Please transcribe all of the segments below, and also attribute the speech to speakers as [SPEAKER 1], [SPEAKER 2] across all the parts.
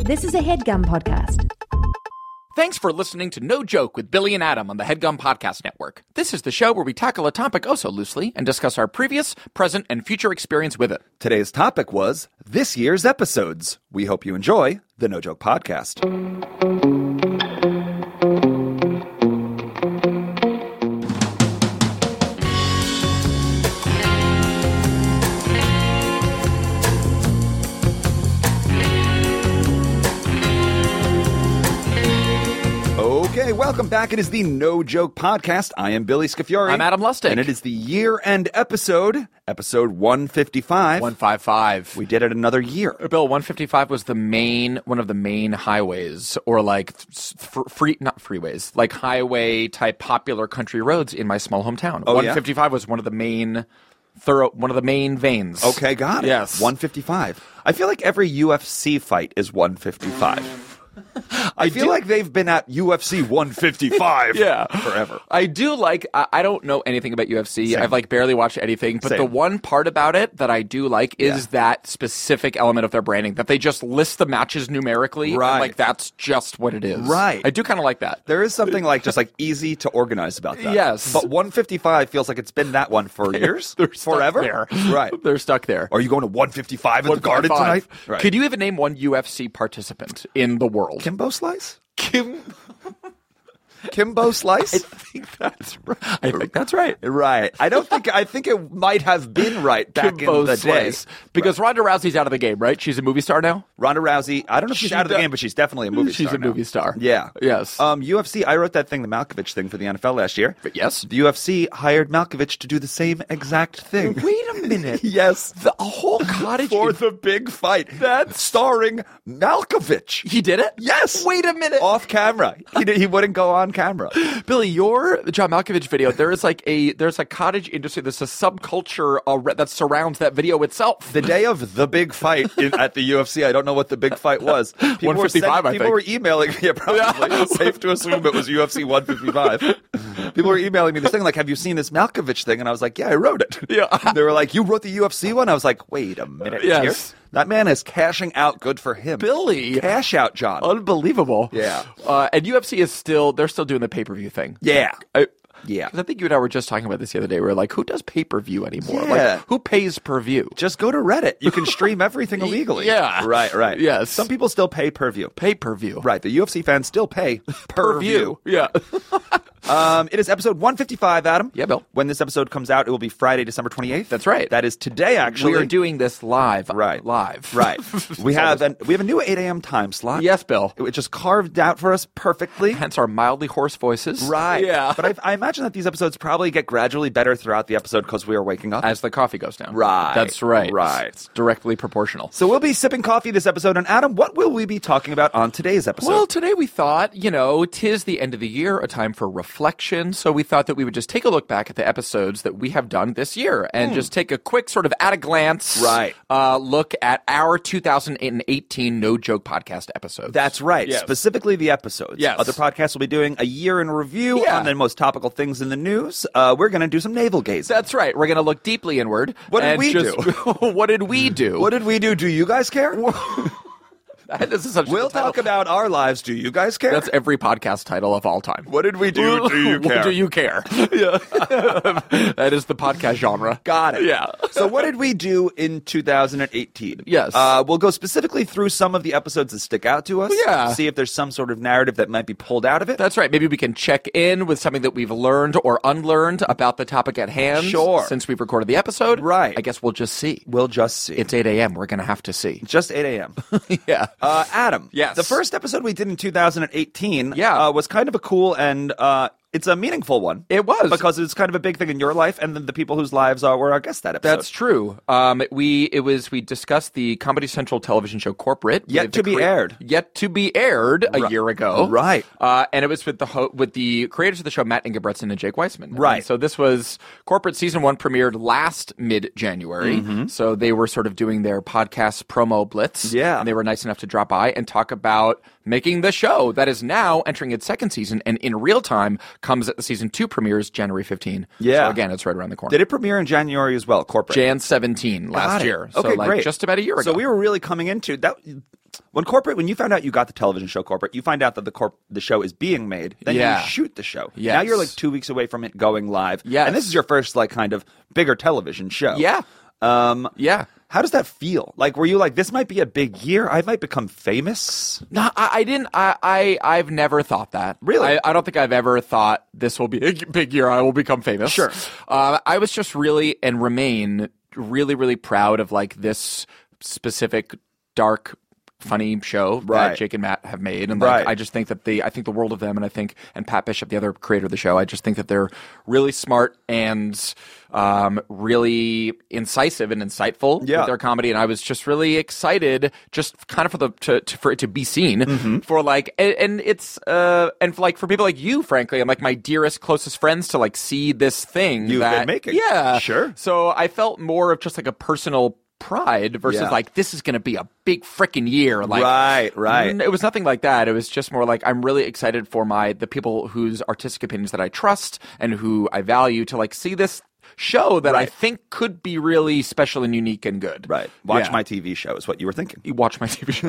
[SPEAKER 1] This is a headgum podcast.
[SPEAKER 2] Thanks for listening to No Joke with Billy and Adam on the Headgum Podcast Network. This is the show where we tackle a topic oh so loosely and discuss our previous, present, and future experience with it.
[SPEAKER 3] Today's topic was this year's episodes. We hope you enjoy the No Joke Podcast. Okay, welcome back. It is the No Joke Podcast. I am Billy Scafiori.
[SPEAKER 2] I'm Adam Lustig.
[SPEAKER 3] And it is the year end episode, episode 155.
[SPEAKER 2] 155.
[SPEAKER 3] we did it another year.
[SPEAKER 2] Bill, 155 was the main, one of the main highways or like th- fr- free, not freeways, like highway type popular country roads in my small hometown.
[SPEAKER 3] Oh, yeah?
[SPEAKER 2] 155 was one of the main thorough, one of the main veins.
[SPEAKER 3] Okay, got it.
[SPEAKER 2] Yes.
[SPEAKER 3] 155. I feel like every UFC fight is 155. I feel like they've been at UFC 155
[SPEAKER 2] Yeah.
[SPEAKER 3] forever.
[SPEAKER 2] I do like. I, I don't know anything about UFC.
[SPEAKER 3] Same.
[SPEAKER 2] I've like barely watched anything. But
[SPEAKER 3] Same.
[SPEAKER 2] the one part about it that I do like is
[SPEAKER 3] Yeah.
[SPEAKER 2] that specific element of their branding that they just list the matches numerically. and,
[SPEAKER 3] Right.
[SPEAKER 2] like that's just what it is.
[SPEAKER 3] Right.
[SPEAKER 2] I do kind of like that.
[SPEAKER 3] There is something like just like easy to organize about that.
[SPEAKER 2] Yes.
[SPEAKER 3] But 155 feels like it's been that one for years.
[SPEAKER 2] They're stuck
[SPEAKER 3] forever.
[SPEAKER 2] there.
[SPEAKER 3] Right.
[SPEAKER 2] They're stuck there.
[SPEAKER 3] Are you going to 155 in the garden
[SPEAKER 2] 155.
[SPEAKER 3] tonight? Right.
[SPEAKER 2] Could you even name one UFC participant in the world?
[SPEAKER 3] Kimbo Slice?
[SPEAKER 2] Kim
[SPEAKER 3] Kimbo Slice?
[SPEAKER 2] I think that's right. I think that's right.
[SPEAKER 3] right. I don't think I think it might have been right back
[SPEAKER 2] Kimbo
[SPEAKER 3] in the
[SPEAKER 2] Slice.
[SPEAKER 3] day.
[SPEAKER 2] Because Ronda Rousey's out of the game, right? She's a movie star now.
[SPEAKER 3] Ronda Rousey, I don't know if she's
[SPEAKER 2] She
[SPEAKER 3] out of the
[SPEAKER 2] do-
[SPEAKER 3] game, but she's definitely a movie
[SPEAKER 2] She's
[SPEAKER 3] star.
[SPEAKER 2] a
[SPEAKER 3] now.
[SPEAKER 2] movie star.
[SPEAKER 3] Yeah.
[SPEAKER 2] Yes.
[SPEAKER 3] Um, UFC, I wrote that thing, the Malkovich thing for the NFL last year.
[SPEAKER 2] yes.
[SPEAKER 3] The UFC hired Malkovich to do the same exact thing.
[SPEAKER 2] Wait a minute.
[SPEAKER 3] yes.
[SPEAKER 2] The a whole cottage.
[SPEAKER 3] For
[SPEAKER 2] in-
[SPEAKER 3] the big fight. That's starring Malkovich.
[SPEAKER 2] he did it.
[SPEAKER 3] Yes.
[SPEAKER 2] Wait a minute.
[SPEAKER 3] Off camera. He, di- he wouldn't go on camera.
[SPEAKER 2] Oh, Billy, your John Malkovich video. There is like a there's a cottage industry. There's a subculture ar- that surrounds that video itself.
[SPEAKER 3] The day of the big fight in, at the UFC, I don't know what the big fight was. People were
[SPEAKER 2] 155, I
[SPEAKER 3] people
[SPEAKER 2] think.
[SPEAKER 3] were emailing me. Yeah, probably. It's safe to assume it was UFC 155. people were emailing me this thing like, "Have you seen this Malkovich thing?" And I was like, "Yeah, I wrote it."
[SPEAKER 2] Yeah.
[SPEAKER 3] they were like, "You wrote the UFC one?" I was like, "Wait a minute,
[SPEAKER 2] Yes.
[SPEAKER 3] here. that man is cashing out. Good for him,
[SPEAKER 2] Billy.
[SPEAKER 3] Cash out, John.
[SPEAKER 2] Unbelievable.
[SPEAKER 3] Yeah.
[SPEAKER 2] Uh, and UFC is still they're still doing the pay per view thing.
[SPEAKER 3] yeah,
[SPEAKER 2] I,
[SPEAKER 3] Yeah.
[SPEAKER 2] 'cause I think you and I were just talking about this the other day. We are like, who does pay per view anymore?
[SPEAKER 3] Yeah.
[SPEAKER 2] Like, who pays per view?
[SPEAKER 3] just go to Reddit. You can stream everything illegally.
[SPEAKER 2] Yeah.
[SPEAKER 3] right, right.
[SPEAKER 2] Yes.
[SPEAKER 3] some people still pay per view.
[SPEAKER 2] Pay per view.
[SPEAKER 3] Right, the UFC fans still pay per,
[SPEAKER 2] Per view. Yeah.
[SPEAKER 3] Um, it is episode 155, Adam.
[SPEAKER 2] Yeah, Bill.
[SPEAKER 3] When this episode comes out, it will be Friday, December 28th.
[SPEAKER 2] That's right.
[SPEAKER 3] That is today, actually.
[SPEAKER 2] we are doing this live.
[SPEAKER 3] right
[SPEAKER 2] Live.
[SPEAKER 3] Right. We have an, we have a new 8 a.m. time slot.
[SPEAKER 2] Yes, Bill.
[SPEAKER 3] It was just carved out for us perfectly.
[SPEAKER 2] Hence our mildly hoarse voices.
[SPEAKER 3] Right.
[SPEAKER 2] Yeah.
[SPEAKER 3] But I, I imagine that these episodes probably get gradually better throughout the episode because we are waking up.
[SPEAKER 2] as the coffee goes down.
[SPEAKER 3] Right,
[SPEAKER 2] That's right.
[SPEAKER 3] right.
[SPEAKER 2] It's directly proportional.
[SPEAKER 3] so we'll be sipping coffee this episode. And Adam, what will we be talking about on today's episode?
[SPEAKER 2] Well, today we thought, you know, tis the end of the year, a time for reflection. So we thought that we would just take a look back at the episodes that we have done this year and just take a quick sort of at a glance
[SPEAKER 3] Hmm. Right.
[SPEAKER 2] uh, look at our 2018 No Joke Podcast episodes.
[SPEAKER 3] That's right.
[SPEAKER 2] Yes.
[SPEAKER 3] Specifically, the episodes.
[SPEAKER 2] Yes.
[SPEAKER 3] Other podcasts will be doing a year in review
[SPEAKER 2] Yeah.
[SPEAKER 3] on the most topical things in the news. Uh, we're going to do some navel gazing.
[SPEAKER 2] That's right. We're going to look deeply inward.
[SPEAKER 3] What did
[SPEAKER 2] and
[SPEAKER 3] we
[SPEAKER 2] just-
[SPEAKER 3] do?
[SPEAKER 2] what did we do?
[SPEAKER 3] What did we do? Do you guys care?
[SPEAKER 2] this is such a
[SPEAKER 3] We'll
[SPEAKER 2] good title.
[SPEAKER 3] talk about our lives. Do you guys care?
[SPEAKER 2] That's every podcast title of all time.
[SPEAKER 3] What did we do? Do you
[SPEAKER 2] What
[SPEAKER 3] care?
[SPEAKER 2] do you care? Yeah. that is the podcast genre.
[SPEAKER 3] Got it.
[SPEAKER 2] Yeah.
[SPEAKER 3] so, what did we do in 2018?
[SPEAKER 2] Yes.
[SPEAKER 3] Uh, we'll go specifically through some of the episodes that stick out to us.
[SPEAKER 2] Yeah.
[SPEAKER 3] See if there's some sort of narrative that might be pulled out of it.
[SPEAKER 2] That's right. Maybe we can check in with something that we've learned or unlearned about the topic at hand.
[SPEAKER 3] Sure.
[SPEAKER 2] Since we've recorded the episode.
[SPEAKER 3] Right.
[SPEAKER 2] I guess we'll just see.
[SPEAKER 3] we'll just see.
[SPEAKER 2] It's 8 a.m. We're going to have to see.
[SPEAKER 3] just 8 a.m.
[SPEAKER 2] yeah.
[SPEAKER 3] Uh, Adam.
[SPEAKER 2] Yes.
[SPEAKER 3] The first episode we did in 2018
[SPEAKER 2] Yeah.
[SPEAKER 3] uh, was kind of a cool and uh, it's a meaningful one.
[SPEAKER 2] It was.
[SPEAKER 3] Because it's kind of a big thing in your life and then the people whose lives are were our guests that episode.
[SPEAKER 2] That's true. Um, we it was we discussed the Comedy Central television show Corporate
[SPEAKER 3] Yet
[SPEAKER 2] with
[SPEAKER 3] to
[SPEAKER 2] the
[SPEAKER 3] be aired.
[SPEAKER 2] yet to be aired a
[SPEAKER 3] Ri-
[SPEAKER 2] year ago,
[SPEAKER 3] right.
[SPEAKER 2] Uh, and it was with the ho- with the creators of the show Matt Ingebretson and Jake Weissman,
[SPEAKER 3] Right.
[SPEAKER 2] And so this was Corporate season one premiered last mid January,
[SPEAKER 3] Mm-hmm.
[SPEAKER 2] so they were sort of doing their podcast promo blitz,
[SPEAKER 3] Yeah.
[SPEAKER 2] and they were nice enough to drop by and talk about making the show that is now entering its second season and in real time comes at the season two premieres January 15.
[SPEAKER 3] Yeah.
[SPEAKER 2] so again, it's right around the corner.
[SPEAKER 3] Did it premiere in January as well, corporate?
[SPEAKER 2] Jan 17
[SPEAKER 3] Got
[SPEAKER 2] last
[SPEAKER 3] it.
[SPEAKER 2] year.
[SPEAKER 3] Okay,
[SPEAKER 2] so like
[SPEAKER 3] great.
[SPEAKER 2] just about a year ago.
[SPEAKER 3] So we were really coming into that.
[SPEAKER 2] Yes.
[SPEAKER 3] When corporate, when you found out you got the television show corporate, you find out that the corp the show is being made. Then
[SPEAKER 2] Yeah.
[SPEAKER 3] you shoot the show.
[SPEAKER 2] Yes.
[SPEAKER 3] Now you're like two weeks away from it going live.
[SPEAKER 2] Yes.
[SPEAKER 3] And this is your first like kind of bigger television show.
[SPEAKER 2] Yeah.
[SPEAKER 3] Um.
[SPEAKER 2] Yeah.
[SPEAKER 3] How does that feel? Like, were you like, this might be a big year? I might become famous.
[SPEAKER 2] No, I, I didn't. I, I I've never thought that.
[SPEAKER 3] Really?
[SPEAKER 2] I, I don't think I've ever thought this will be a big year. I will become famous.
[SPEAKER 3] Sure.
[SPEAKER 2] Uh, I was just really and remain really really proud of like this specific dark. Funny show that
[SPEAKER 3] Right.
[SPEAKER 2] Jake and Matt have made, and like
[SPEAKER 3] Right.
[SPEAKER 2] I just think that the I think the world of them, and I think and Pat Bishop, the other creator of the show, I just think that they're really smart and um, really incisive and insightful
[SPEAKER 3] Yeah.
[SPEAKER 2] with their comedy and I was just really excited just kind of for the to, to for it to be seen
[SPEAKER 3] Mm-hmm.
[SPEAKER 2] for like and, and it's uh and for like for people like you frankly and like my dearest closest friends to like see this thing
[SPEAKER 3] You've
[SPEAKER 2] that
[SPEAKER 3] been making.
[SPEAKER 2] yeah
[SPEAKER 3] Sure.
[SPEAKER 2] so I felt more of just like a personal pride versus
[SPEAKER 3] Yeah.
[SPEAKER 2] like this is gonna be a big freaking year like
[SPEAKER 3] Right, right.
[SPEAKER 2] n- it was nothing like that it was just more like I'm really excited for my the people whose artistic opinions that I trust and who I value to like see this show that I
[SPEAKER 3] Right.
[SPEAKER 2] think could be really special and unique and good
[SPEAKER 3] Right. Watch
[SPEAKER 2] Yeah.
[SPEAKER 3] my TV show is what you were thinking.
[SPEAKER 2] You watch my TV show.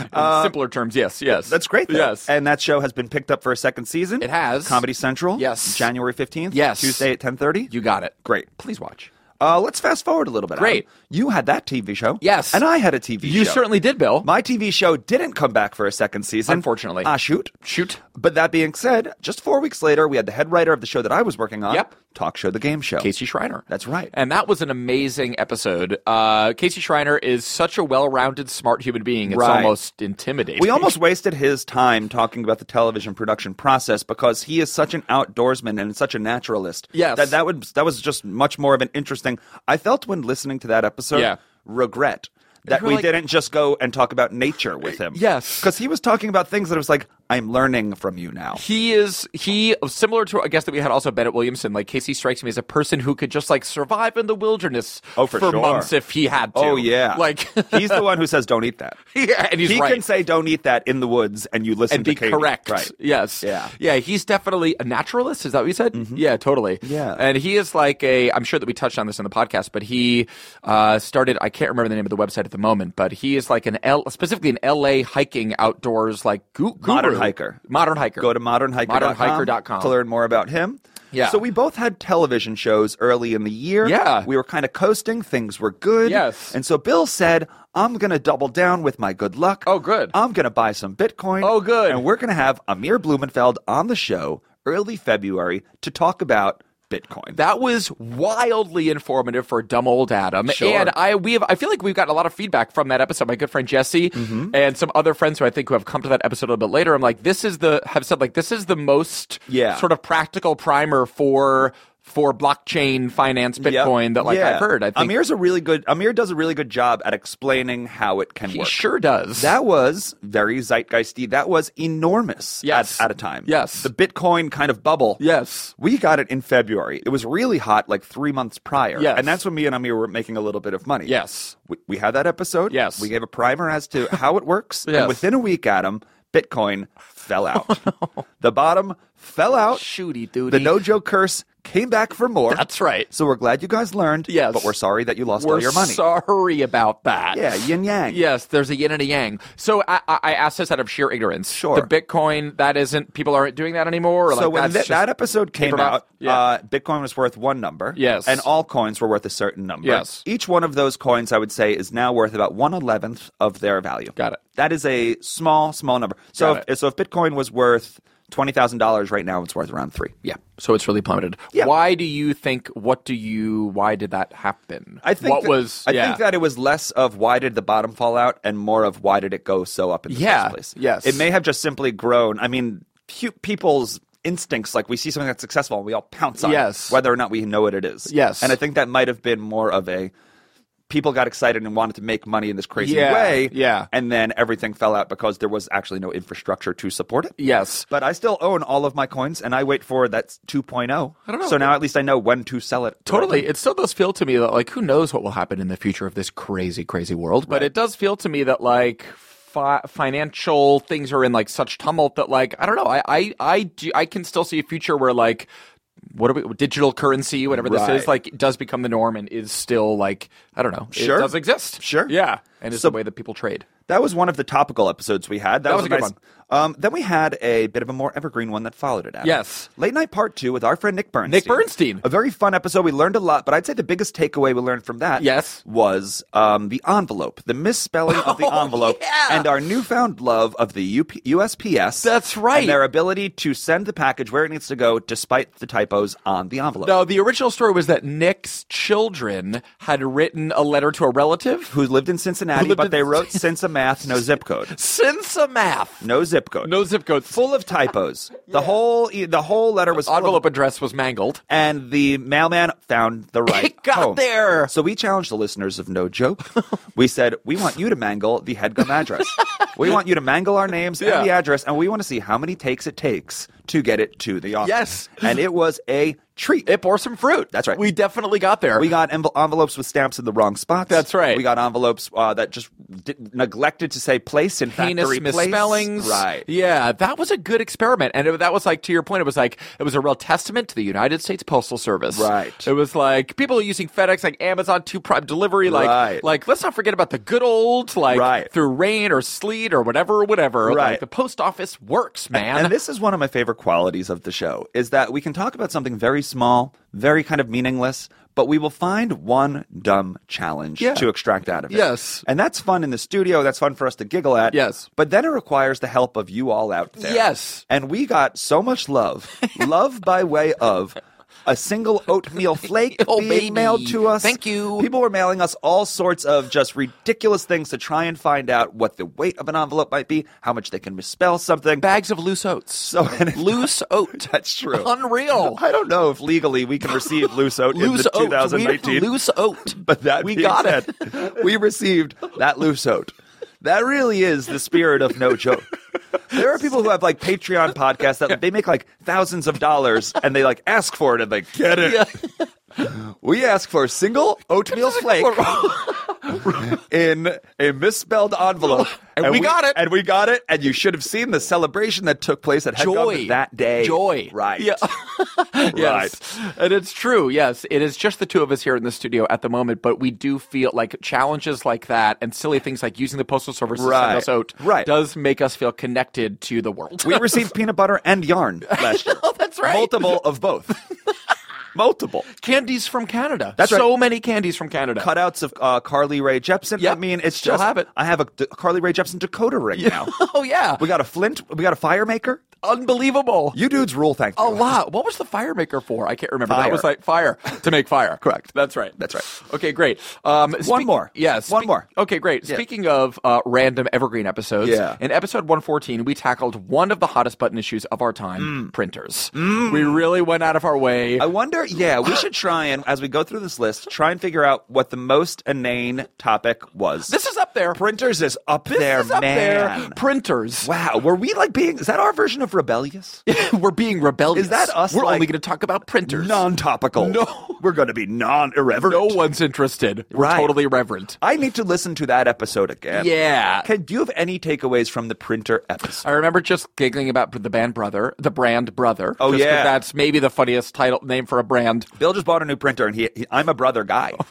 [SPEAKER 2] In simpler terms, yes, yes.
[SPEAKER 3] That's great. Though.
[SPEAKER 2] Yes.
[SPEAKER 3] And that show has been picked up for a second season.
[SPEAKER 2] It has.
[SPEAKER 3] Comedy Central.
[SPEAKER 2] Yes.
[SPEAKER 3] January fifteenth.
[SPEAKER 2] Yes.
[SPEAKER 3] Tuesday at ten thirty.
[SPEAKER 2] you got it.
[SPEAKER 3] Great.
[SPEAKER 2] Please watch.
[SPEAKER 3] Uh, let's fast forward a little bit.
[SPEAKER 2] Great.
[SPEAKER 3] Adam. You had that TV show.
[SPEAKER 2] Yes.
[SPEAKER 3] And I had a TV show.
[SPEAKER 2] You certainly did, Bill.
[SPEAKER 3] My TV show didn't come back for a second season.
[SPEAKER 2] Unfortunately.
[SPEAKER 3] Ah, shoot.
[SPEAKER 2] Shoot.
[SPEAKER 3] But that being said, just four weeks later, we had the head writer of the show that I was working on.
[SPEAKER 2] Yep.
[SPEAKER 3] Talk show, the game show.
[SPEAKER 2] Casey Schreiner.
[SPEAKER 3] That's right.
[SPEAKER 2] And that was an amazing episode. Uh, Casey Schreiner is such a well rounded, smart human being. It's
[SPEAKER 3] Right.
[SPEAKER 2] almost intimidating.
[SPEAKER 3] We almost wasted his time talking about the television production process because he is such an outdoorsman and such a naturalist.
[SPEAKER 2] Yes.
[SPEAKER 3] That that would that was just much more of an interesting. I felt when listening to that episode
[SPEAKER 2] Yeah.
[SPEAKER 3] regret that
[SPEAKER 2] You're
[SPEAKER 3] we
[SPEAKER 2] like-
[SPEAKER 3] didn't just go and talk about nature with him.
[SPEAKER 2] Yes.
[SPEAKER 3] Cuz he was talking about things that it was like I'm learning from you now.
[SPEAKER 2] He is he similar to I guess that we had also Bennett Williamson. Like Casey strikes me as a person who could just like survive in the wilderness
[SPEAKER 3] Oh, for sure.
[SPEAKER 2] months if he had to.
[SPEAKER 3] Oh yeah.
[SPEAKER 2] like
[SPEAKER 3] he's the one who says don't eat that.
[SPEAKER 2] yeah, and he's
[SPEAKER 3] he
[SPEAKER 2] right.
[SPEAKER 3] can say don't eat that in the woods and you listen
[SPEAKER 2] and
[SPEAKER 3] to
[SPEAKER 2] be
[SPEAKER 3] Katie.
[SPEAKER 2] correct.
[SPEAKER 3] Right.
[SPEAKER 2] Yes.
[SPEAKER 3] Yeah. Mm-hmm.
[SPEAKER 2] Yeah. He's definitely a naturalist. Is that what you said? Yeah. Totally.
[SPEAKER 3] Yeah.
[SPEAKER 2] And he is like a. I'm sure that we touched on this in the podcast, but he uh, started. I can't remember the name of the website at the moment, but he is like an L, specifically an LA hiking outdoors like gu- guru.
[SPEAKER 3] Modern hiker.
[SPEAKER 2] Modern hiker.
[SPEAKER 3] Go to modernhiker.com,
[SPEAKER 2] Modernhiker.com.
[SPEAKER 3] to learn more about him.
[SPEAKER 2] Yeah.
[SPEAKER 3] So we both had television shows early in the year.
[SPEAKER 2] Yeah.
[SPEAKER 3] We were kind of coasting. Things were good.
[SPEAKER 2] Yes.
[SPEAKER 3] And so Bill said, I'm going to double down with my good luck.
[SPEAKER 2] Oh, good.
[SPEAKER 3] I'm going to buy some Bitcoin.
[SPEAKER 2] Oh, good.
[SPEAKER 3] And we're going to have Amir Blumenfeld on the show early February to talk about Bitcoin.
[SPEAKER 2] That was wildly informative for dumb old Adam.
[SPEAKER 3] Sure.
[SPEAKER 2] And I we have I feel like we've gotten a lot of feedback from that episode. My good friend Jesse
[SPEAKER 3] Mm-hmm.
[SPEAKER 2] and some other friends who I think who have come to that episode a little bit later. I'm like, this is the have said like this is the most
[SPEAKER 3] Yeah.
[SPEAKER 2] sort of practical primer for for blockchain finance
[SPEAKER 3] Yep.
[SPEAKER 2] Bitcoin that like
[SPEAKER 3] Yeah.
[SPEAKER 2] I've heard. I think
[SPEAKER 3] Amir's a really good Amir does a really good job at explaining how it can
[SPEAKER 2] he
[SPEAKER 3] work.
[SPEAKER 2] sure does.
[SPEAKER 3] That was very zeitgeisty. That was enormous
[SPEAKER 2] Yes.
[SPEAKER 3] at, at a time.
[SPEAKER 2] Yes.
[SPEAKER 3] The Bitcoin kind of bubble.
[SPEAKER 2] yes.
[SPEAKER 3] We got it in February. It was really hot like three months prior.
[SPEAKER 2] Yes.
[SPEAKER 3] And that's when me and Amir were making a little bit of money.
[SPEAKER 2] Yes.
[SPEAKER 3] We, we had that episode.
[SPEAKER 2] Yes.
[SPEAKER 3] We gave a primer as to how it works.
[SPEAKER 2] Yes.
[SPEAKER 3] And within a week, Adam, Bitcoin fell out. The bottom fell out.
[SPEAKER 2] Shooty duty.
[SPEAKER 3] The no joke curse came back for more.
[SPEAKER 2] That's right.
[SPEAKER 3] So we're glad you guys learned.
[SPEAKER 2] Yes.
[SPEAKER 3] But we're sorry that you lost
[SPEAKER 2] We're
[SPEAKER 3] all your money.
[SPEAKER 2] sorry about that.
[SPEAKER 3] yeah, yin yang.
[SPEAKER 2] Yes, there's a yin and a yang. So I, I I asked this out of sheer ignorance.
[SPEAKER 3] Sure.
[SPEAKER 2] the Bitcoin that isn't people aren't doing that anymore. Or
[SPEAKER 3] so
[SPEAKER 2] like,
[SPEAKER 3] when
[SPEAKER 2] that's
[SPEAKER 3] th-
[SPEAKER 2] just-
[SPEAKER 3] that episode came
[SPEAKER 2] paper mouth.
[SPEAKER 3] out,
[SPEAKER 2] Yeah.
[SPEAKER 3] uh, Bitcoin was worth one number.
[SPEAKER 2] Yes.
[SPEAKER 3] and all coins were worth a certain number.
[SPEAKER 2] Yes.
[SPEAKER 3] each one of those coins, I would say, is now worth about one eleventh of their value.
[SPEAKER 2] Got it.
[SPEAKER 3] That is a small, small number. So,
[SPEAKER 2] Got
[SPEAKER 3] if, so if Bitcoin was worth twenty thousand dollars right now, it's worth around three.
[SPEAKER 2] yeah, so it's really plummeted.
[SPEAKER 3] Yeah.
[SPEAKER 2] Why do you think? What do you? Why did that happen?
[SPEAKER 3] I think
[SPEAKER 2] what
[SPEAKER 3] that,
[SPEAKER 2] was.
[SPEAKER 3] I
[SPEAKER 2] yeah.
[SPEAKER 3] think that it was less of why did the bottom fall out and more of why did it go so up in the
[SPEAKER 2] Yeah,
[SPEAKER 3] first place.
[SPEAKER 2] yes.
[SPEAKER 3] it may have just simply grown. I mean, pu- people's instincts like we see something that's successful and we all pounce on
[SPEAKER 2] Yes.
[SPEAKER 3] it, whether or not we know what it is.
[SPEAKER 2] Yes.
[SPEAKER 3] and I think that might have been more of a people got excited and wanted to make money in this crazy
[SPEAKER 2] Yeah,
[SPEAKER 3] way.
[SPEAKER 2] yeah.
[SPEAKER 3] and then everything fell out because there was actually no infrastructure to support it.
[SPEAKER 2] Yes.
[SPEAKER 3] But I still own all of my coins, and I wait for that 2.0.
[SPEAKER 2] I don't know.
[SPEAKER 3] So now at least I know when to sell it.
[SPEAKER 2] Totally. It still does feel to me that, like, who knows what will happen in the future of this crazy, crazy world, but it does feel to me that, like, fi- financial things are in, like, such tumult that, like, I don't know. I, I, I, do, I can still see a future where, like, what are we, digital currency, whatever this is,
[SPEAKER 3] Right.
[SPEAKER 2] like, does become the norm and is still, like, I don't know.
[SPEAKER 3] Sure.
[SPEAKER 2] It does exist.
[SPEAKER 3] Sure.
[SPEAKER 2] Yeah. And it's
[SPEAKER 3] So-
[SPEAKER 2] the way that people trade.
[SPEAKER 3] That was one of the topical episodes we had. That,
[SPEAKER 2] That was a good
[SPEAKER 3] nice- Um, then we had a bit of a more evergreen one that followed it. Adam.
[SPEAKER 2] Yes.
[SPEAKER 3] late night part two with our friend Nick Bernstein.
[SPEAKER 2] Nick Bernstein.
[SPEAKER 3] a very fun episode. We learned a lot, but I'd say the biggest takeaway we learned from that,
[SPEAKER 2] Yes.
[SPEAKER 3] was um, the envelope, the misspelling of the envelope,
[SPEAKER 2] Oh, yeah.
[SPEAKER 3] and our newfound love of the UP- USPS.
[SPEAKER 2] That's right.
[SPEAKER 3] and their ability to send the package where it needs to go, despite the typos on the envelope.
[SPEAKER 2] No, the original story was that Nick's children had written a letter to a relative.
[SPEAKER 3] Who lived in Cincinnati,
[SPEAKER 2] lived
[SPEAKER 3] but
[SPEAKER 2] in-
[SPEAKER 3] they wrote Cincinnati, no zip code.
[SPEAKER 2] Since a math.
[SPEAKER 3] No zip code.
[SPEAKER 2] No zip code.
[SPEAKER 3] full of typos. The whole e, the whole letter was full of-
[SPEAKER 2] envelope address was mangled.
[SPEAKER 3] and the mailman found the right.
[SPEAKER 2] It got
[SPEAKER 3] home.
[SPEAKER 2] there.
[SPEAKER 3] So we challenged the listeners of No Joke. we said we want you to mangle the headgum address. we want you to mangle our names
[SPEAKER 2] Yeah.
[SPEAKER 3] and the address, and we want to see how many takes it takes to get it to the office.
[SPEAKER 2] Yes.
[SPEAKER 3] and it was a treat.
[SPEAKER 2] It bore some fruit.
[SPEAKER 3] That's right.
[SPEAKER 2] We definitely got there.
[SPEAKER 3] we got envel- envelopes with stamps in the wrong spots.
[SPEAKER 2] That's right.
[SPEAKER 3] We got envelopes uh, that just di- neglected to say place and
[SPEAKER 2] heinous
[SPEAKER 3] factory place.
[SPEAKER 2] misspellings.
[SPEAKER 3] Right.
[SPEAKER 2] Yeah, that was a good experiment, and it, that was like to your point. It was like it was a real testament to the United States Postal Service.
[SPEAKER 3] Right.
[SPEAKER 2] It was like people are using FedEx, like Amazon, two prime delivery. Like,
[SPEAKER 3] Right.
[SPEAKER 2] like let's not forget about the good old like
[SPEAKER 3] Right.
[SPEAKER 2] through rain or sleet or whatever, whatever. Like
[SPEAKER 3] Right.
[SPEAKER 2] the post office works, man.
[SPEAKER 3] And this is one of my favorite qualities of the show is that we can talk about something very small, very kind of meaningless, but we will find one dumb challenge
[SPEAKER 2] Yeah.
[SPEAKER 3] to extract out of it.
[SPEAKER 2] Yes.
[SPEAKER 3] And that's fun in the studio, that's fun for us to giggle at.
[SPEAKER 2] Yes.
[SPEAKER 3] But then it requires the help of you all out there.
[SPEAKER 2] Yes.
[SPEAKER 3] And we got so much love, love by way of a single oatmeal flake
[SPEAKER 2] Oh,
[SPEAKER 3] being
[SPEAKER 2] baby.
[SPEAKER 3] mailed to us.
[SPEAKER 2] Thank you.
[SPEAKER 3] People were mailing us all sorts of just ridiculous things to try and find out what the weight of an envelope might be, how much they can misspell something.
[SPEAKER 2] bags of loose oats.
[SPEAKER 3] So and
[SPEAKER 2] loose oat.
[SPEAKER 3] that's true.
[SPEAKER 2] Unreal.
[SPEAKER 3] I don't know if legally we can receive loose oat
[SPEAKER 2] Loose
[SPEAKER 3] in the
[SPEAKER 2] oat. We,
[SPEAKER 3] 2019.
[SPEAKER 2] loose oat.
[SPEAKER 3] but that
[SPEAKER 2] we
[SPEAKER 3] being
[SPEAKER 2] got
[SPEAKER 3] said,
[SPEAKER 2] it.
[SPEAKER 3] we received that loose oat. That really is the spirit of no joke. There are people who have like Patreon podcasts that they make like thousands of dollars and they like ask for it and they get it. We ask for a single oatmeal flake in a misspelled envelope.
[SPEAKER 2] And we got it.
[SPEAKER 3] And we got it. And you should have seen the celebration that took place at Headgum
[SPEAKER 2] Joy.
[SPEAKER 3] that day.
[SPEAKER 2] Joy.
[SPEAKER 3] Right.
[SPEAKER 2] Yeah. yes. And it's true. Yes. It is just the two of us here in the studio at the moment, but we do feel like challenges like that and silly things like using the postal service to send
[SPEAKER 3] Right.
[SPEAKER 2] us out
[SPEAKER 3] Right.
[SPEAKER 2] does make us feel connected to the world.
[SPEAKER 3] We received peanut butter and yarn last year. oh,
[SPEAKER 2] that's right.
[SPEAKER 3] Multiple of both. Multiple.
[SPEAKER 2] candies from Canada.
[SPEAKER 3] That's
[SPEAKER 2] so
[SPEAKER 3] right.
[SPEAKER 2] many candies from Canada.
[SPEAKER 3] Cutouts of uh, Carly Ray Jepsen.
[SPEAKER 2] Yep.
[SPEAKER 3] I mean, it's
[SPEAKER 2] Still
[SPEAKER 3] just
[SPEAKER 2] have it.
[SPEAKER 3] I have a D- Carly Ray Jepsen Dakota ring now.
[SPEAKER 2] Oh yeah.
[SPEAKER 3] We got a flint. We got a fire maker.
[SPEAKER 2] Unbelievable.
[SPEAKER 3] You dudes rule. Thank you.
[SPEAKER 2] a lot. Oh, What was the fire maker for? I can't remember. That
[SPEAKER 3] Fire.
[SPEAKER 2] was like fire to make fire.
[SPEAKER 3] Correct.
[SPEAKER 2] That's right.
[SPEAKER 3] That's right.
[SPEAKER 2] Okay, great. Um,
[SPEAKER 3] One more.
[SPEAKER 2] Yes.
[SPEAKER 3] One more.
[SPEAKER 2] Okay, great. Speaking of uh, random evergreen episodes,
[SPEAKER 3] Yeah.
[SPEAKER 2] in episode 114, we tackled one of the hottest button issues of our time printers. We really went out of our way.
[SPEAKER 3] Mm. I wonder. Yeah, we should try and as we go through this list, try and figure out what the most inane topic was.
[SPEAKER 2] this is up there.
[SPEAKER 3] printers is up
[SPEAKER 2] this
[SPEAKER 3] there,
[SPEAKER 2] is up
[SPEAKER 3] man.
[SPEAKER 2] there. Printers.
[SPEAKER 3] wow, were we like being? Is that our version of rebellious?
[SPEAKER 2] We're being rebellious.
[SPEAKER 3] Is that us,
[SPEAKER 2] We're
[SPEAKER 3] like-
[SPEAKER 2] only going to talk about printers.
[SPEAKER 3] Non-topical.
[SPEAKER 2] No.
[SPEAKER 3] we're going to be non-irreverent.
[SPEAKER 2] No one's interested. We're
[SPEAKER 3] Right.
[SPEAKER 2] totally reverent.
[SPEAKER 3] I need to listen to that episode again.
[SPEAKER 2] Yeah.
[SPEAKER 3] Can, do you have any takeaways from the printer episode?
[SPEAKER 2] I remember just giggling about the band brother, the brand brother.
[SPEAKER 3] Oh,
[SPEAKER 2] just 'cause
[SPEAKER 3] yeah.
[SPEAKER 2] that's maybe the funniest title name for a brand.
[SPEAKER 3] Bill just bought a new printer, and he, he- I'm a brother guy.
[SPEAKER 2] Oh.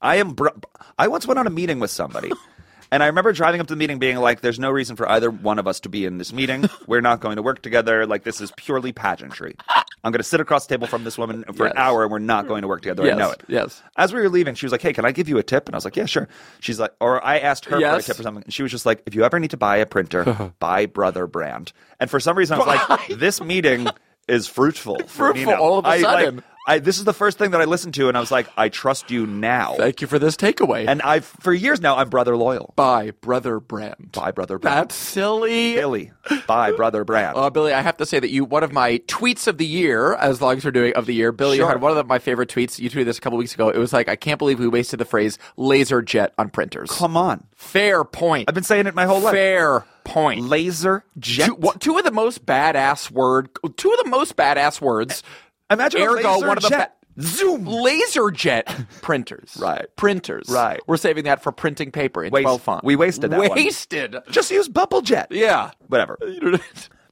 [SPEAKER 3] I am. Br- I once went on a meeting with somebody, and I remember driving up to the meeting, being like, "There's no reason for either one of us to be in this meeting. We're not going to work together. Like this is purely pageantry. I'm going to sit across the table from this woman for
[SPEAKER 2] Yes.
[SPEAKER 3] an hour, and we're not going to work together.
[SPEAKER 2] Yes,
[SPEAKER 3] I know it.
[SPEAKER 2] yes.
[SPEAKER 3] As we were leaving, she was like, "Hey, can I give you a tip?" And I was like, "Yeah, sure." She's like, or I asked her for a
[SPEAKER 2] Yes.
[SPEAKER 3] tip or something, and she was just like, "If you ever need to buy a printer, buy Brother Brand." And for some reason, I was like, "This meeting." Is fruitful. for me
[SPEAKER 2] Fruitful
[SPEAKER 3] now.
[SPEAKER 2] all of a
[SPEAKER 3] I, like,
[SPEAKER 2] sudden.
[SPEAKER 3] I, this is the first thing that I listened to, and I was like, I trust you now.
[SPEAKER 2] Thank you for this takeaway.
[SPEAKER 3] And I've for years now, I'm brother loyal.
[SPEAKER 2] by brother brand.
[SPEAKER 3] Bye, brother Brand.
[SPEAKER 2] That's silly.
[SPEAKER 3] Billy. Bye, brother Brand.
[SPEAKER 2] Uh, Billy, I have to say that you one of my tweets of the year, as long as we're doing of the year, Billy, you
[SPEAKER 3] Sure.
[SPEAKER 2] had one of the- my favorite tweets. You tweeted this a couple weeks ago. It was like, I can't believe we wasted the phrase laser jet on printers.
[SPEAKER 3] Come on,
[SPEAKER 2] Fair point.
[SPEAKER 3] I've been saying it my whole life.
[SPEAKER 2] Fair point.
[SPEAKER 3] Laser jet.
[SPEAKER 2] Two, what, two of the most badass word. Two of the most badass words.
[SPEAKER 3] Imagine a
[SPEAKER 2] Ergo,
[SPEAKER 3] laser
[SPEAKER 2] one of the
[SPEAKER 3] jet.
[SPEAKER 2] ba- zoom laser jet printers.
[SPEAKER 3] Right.
[SPEAKER 2] printers.
[SPEAKER 3] Right.
[SPEAKER 2] We're saving that for printing paper in
[SPEAKER 3] Waste-
[SPEAKER 2] twelve font.
[SPEAKER 3] we wasted that one.
[SPEAKER 2] Wasted.
[SPEAKER 3] Just use bubble jet.
[SPEAKER 2] Yeah.
[SPEAKER 3] Whatever.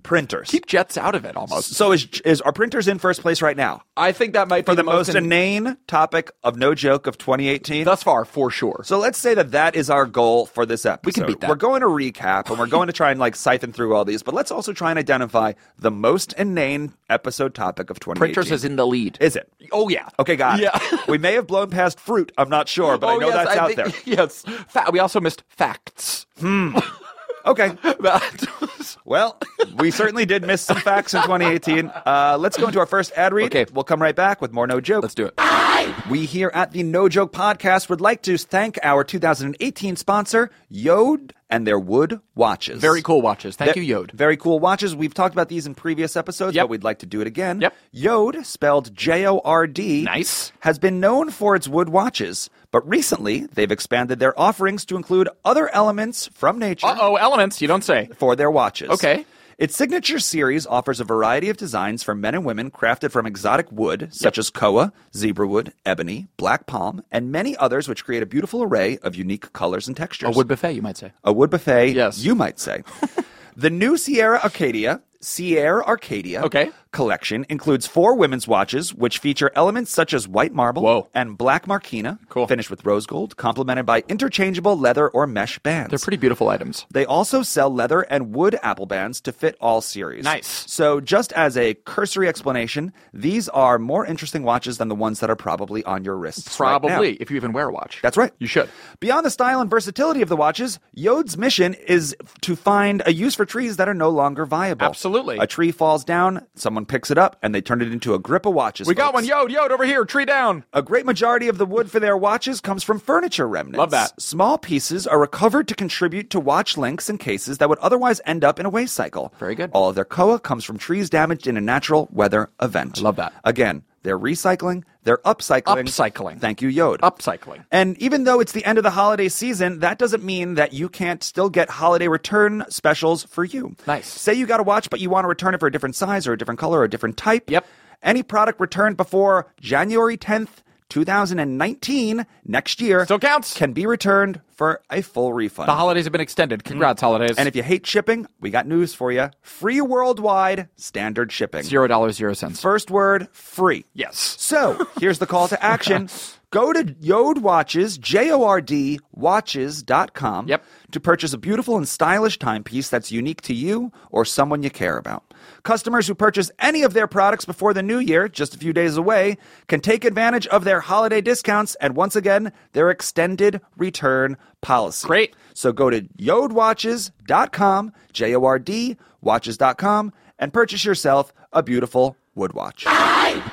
[SPEAKER 3] printers.
[SPEAKER 2] Keep Jets out of it almost.
[SPEAKER 3] so is is are printers in first place right now
[SPEAKER 2] I think that might be
[SPEAKER 3] for the most
[SPEAKER 2] in-
[SPEAKER 3] inane topic of no joke of 2018?
[SPEAKER 2] thus far for sure.
[SPEAKER 3] So let's say that that is our goal for this episode.
[SPEAKER 2] can beat that.
[SPEAKER 3] We're going to recap and we're going to try and like siphon through all these, but let's also try and identify the most inane episode topic of 2018.
[SPEAKER 2] Printers is in the lead.
[SPEAKER 3] Is it?
[SPEAKER 2] oh yeah.
[SPEAKER 3] Okay, got it.
[SPEAKER 2] Yeah.
[SPEAKER 3] we may have blown past fruit. I'm not sure, but I
[SPEAKER 2] Oh,
[SPEAKER 3] know
[SPEAKER 2] yes,
[SPEAKER 3] that's out there.
[SPEAKER 2] think- Yes. Fa- we also missed facts.
[SPEAKER 3] Okay.
[SPEAKER 2] That-
[SPEAKER 3] Well, we certainly did miss some facts in 2018. Uh, let's go into our first ad read.
[SPEAKER 2] Okay.
[SPEAKER 3] We'll come right back with more No Joke.
[SPEAKER 2] Let's do it.
[SPEAKER 3] We here at the No Joke Podcast would like to thank our 2018 sponsor, Yode and their Wood Watches.
[SPEAKER 2] Very cool watches. Thank
[SPEAKER 3] Ve-
[SPEAKER 2] you, Yod.
[SPEAKER 3] Very cool watches. We've talked about these in previous episodes,
[SPEAKER 2] Yep.
[SPEAKER 3] but we'd like to do it again.
[SPEAKER 2] Yep.
[SPEAKER 3] Yode, spelled J O R D,
[SPEAKER 2] Nice.
[SPEAKER 3] has been known for its wood watches, but recently they've expanded their offerings to include other elements from nature
[SPEAKER 2] Uh oh, elements. You don't say.
[SPEAKER 3] for their watches.
[SPEAKER 2] Okay.
[SPEAKER 3] Its signature series offers a variety of designs for men and women crafted from exotic wood, such as koa, zebrawood, ebony, black palm, and many others, which create a beautiful array of unique colors and textures.
[SPEAKER 2] A wood buffet, you might say.
[SPEAKER 3] A wood buffet,
[SPEAKER 2] Yes.
[SPEAKER 3] you might say. the new Sierra Arcadia, Sierra Arcadia
[SPEAKER 2] Okay.
[SPEAKER 3] collection includes four women's watches, which feature elements such as white marble
[SPEAKER 2] Whoa.
[SPEAKER 3] and black marquina,
[SPEAKER 2] Cool.
[SPEAKER 3] finished with rose gold, complemented by interchangeable leather or mesh bands.
[SPEAKER 2] They're pretty beautiful items.
[SPEAKER 3] They also sell leather and wood apple bands to fit all series.
[SPEAKER 2] Nice.
[SPEAKER 3] So, just as a cursory explanation, these are more interesting watches than the ones that are probably on your wrists. right now.
[SPEAKER 2] Probably, if you even wear a watch.
[SPEAKER 3] That's right.
[SPEAKER 2] You should.
[SPEAKER 3] Beyond the style and versatility of the watches, Yode's mission is to find a use for trees that are no longer viable.
[SPEAKER 2] Absolutely.
[SPEAKER 3] A tree falls down, someone picks it up, and they turn it into a grip of watches.
[SPEAKER 2] We got
[SPEAKER 3] folks.
[SPEAKER 2] one. Yod, Yod, over here. Tree down.
[SPEAKER 3] A great majority of the wood for their watches comes from furniture remnants.
[SPEAKER 2] Love that.
[SPEAKER 3] Small pieces are recovered to contribute to watch links and cases that would otherwise end up in a waste cycle.
[SPEAKER 2] Very good.
[SPEAKER 3] All of their koa comes from trees damaged in a natural weather event.
[SPEAKER 2] I love that.
[SPEAKER 3] Again, they're recycling, they're upcycling.
[SPEAKER 2] Upcycling.
[SPEAKER 3] Thank you, Yod.
[SPEAKER 2] Upcycling.
[SPEAKER 3] And even though it's the end of the holiday season, that doesn't mean that you can't still get holiday return specials for you.
[SPEAKER 2] Nice.
[SPEAKER 3] Say you got a watch, but you want to return it for a different size or a different color or a different type.
[SPEAKER 2] Yep.
[SPEAKER 3] Any product returned before January 10th, 2019, next year,
[SPEAKER 2] Still counts.
[SPEAKER 3] can be returned for a full refund.
[SPEAKER 2] The holidays have been extended. Congrats, holidays.
[SPEAKER 3] and if you hate shipping, we got news for you free worldwide standard shipping.
[SPEAKER 2] zero dollars, zero cents.
[SPEAKER 3] First word free.
[SPEAKER 2] yes.
[SPEAKER 3] So here's the call to action. Go to Yod Watches, J O R D Watches.com
[SPEAKER 2] Yep.
[SPEAKER 3] to purchase a beautiful and stylish timepiece that's unique to you or someone you care about. Customers who purchase any of their products before the new year, just a few days away, can take advantage of their holiday discounts and once again, their extended return policy.
[SPEAKER 2] Great.
[SPEAKER 3] So go to yodwatches.com, J O R D watches.com, and purchase yourself a beautiful wood watch.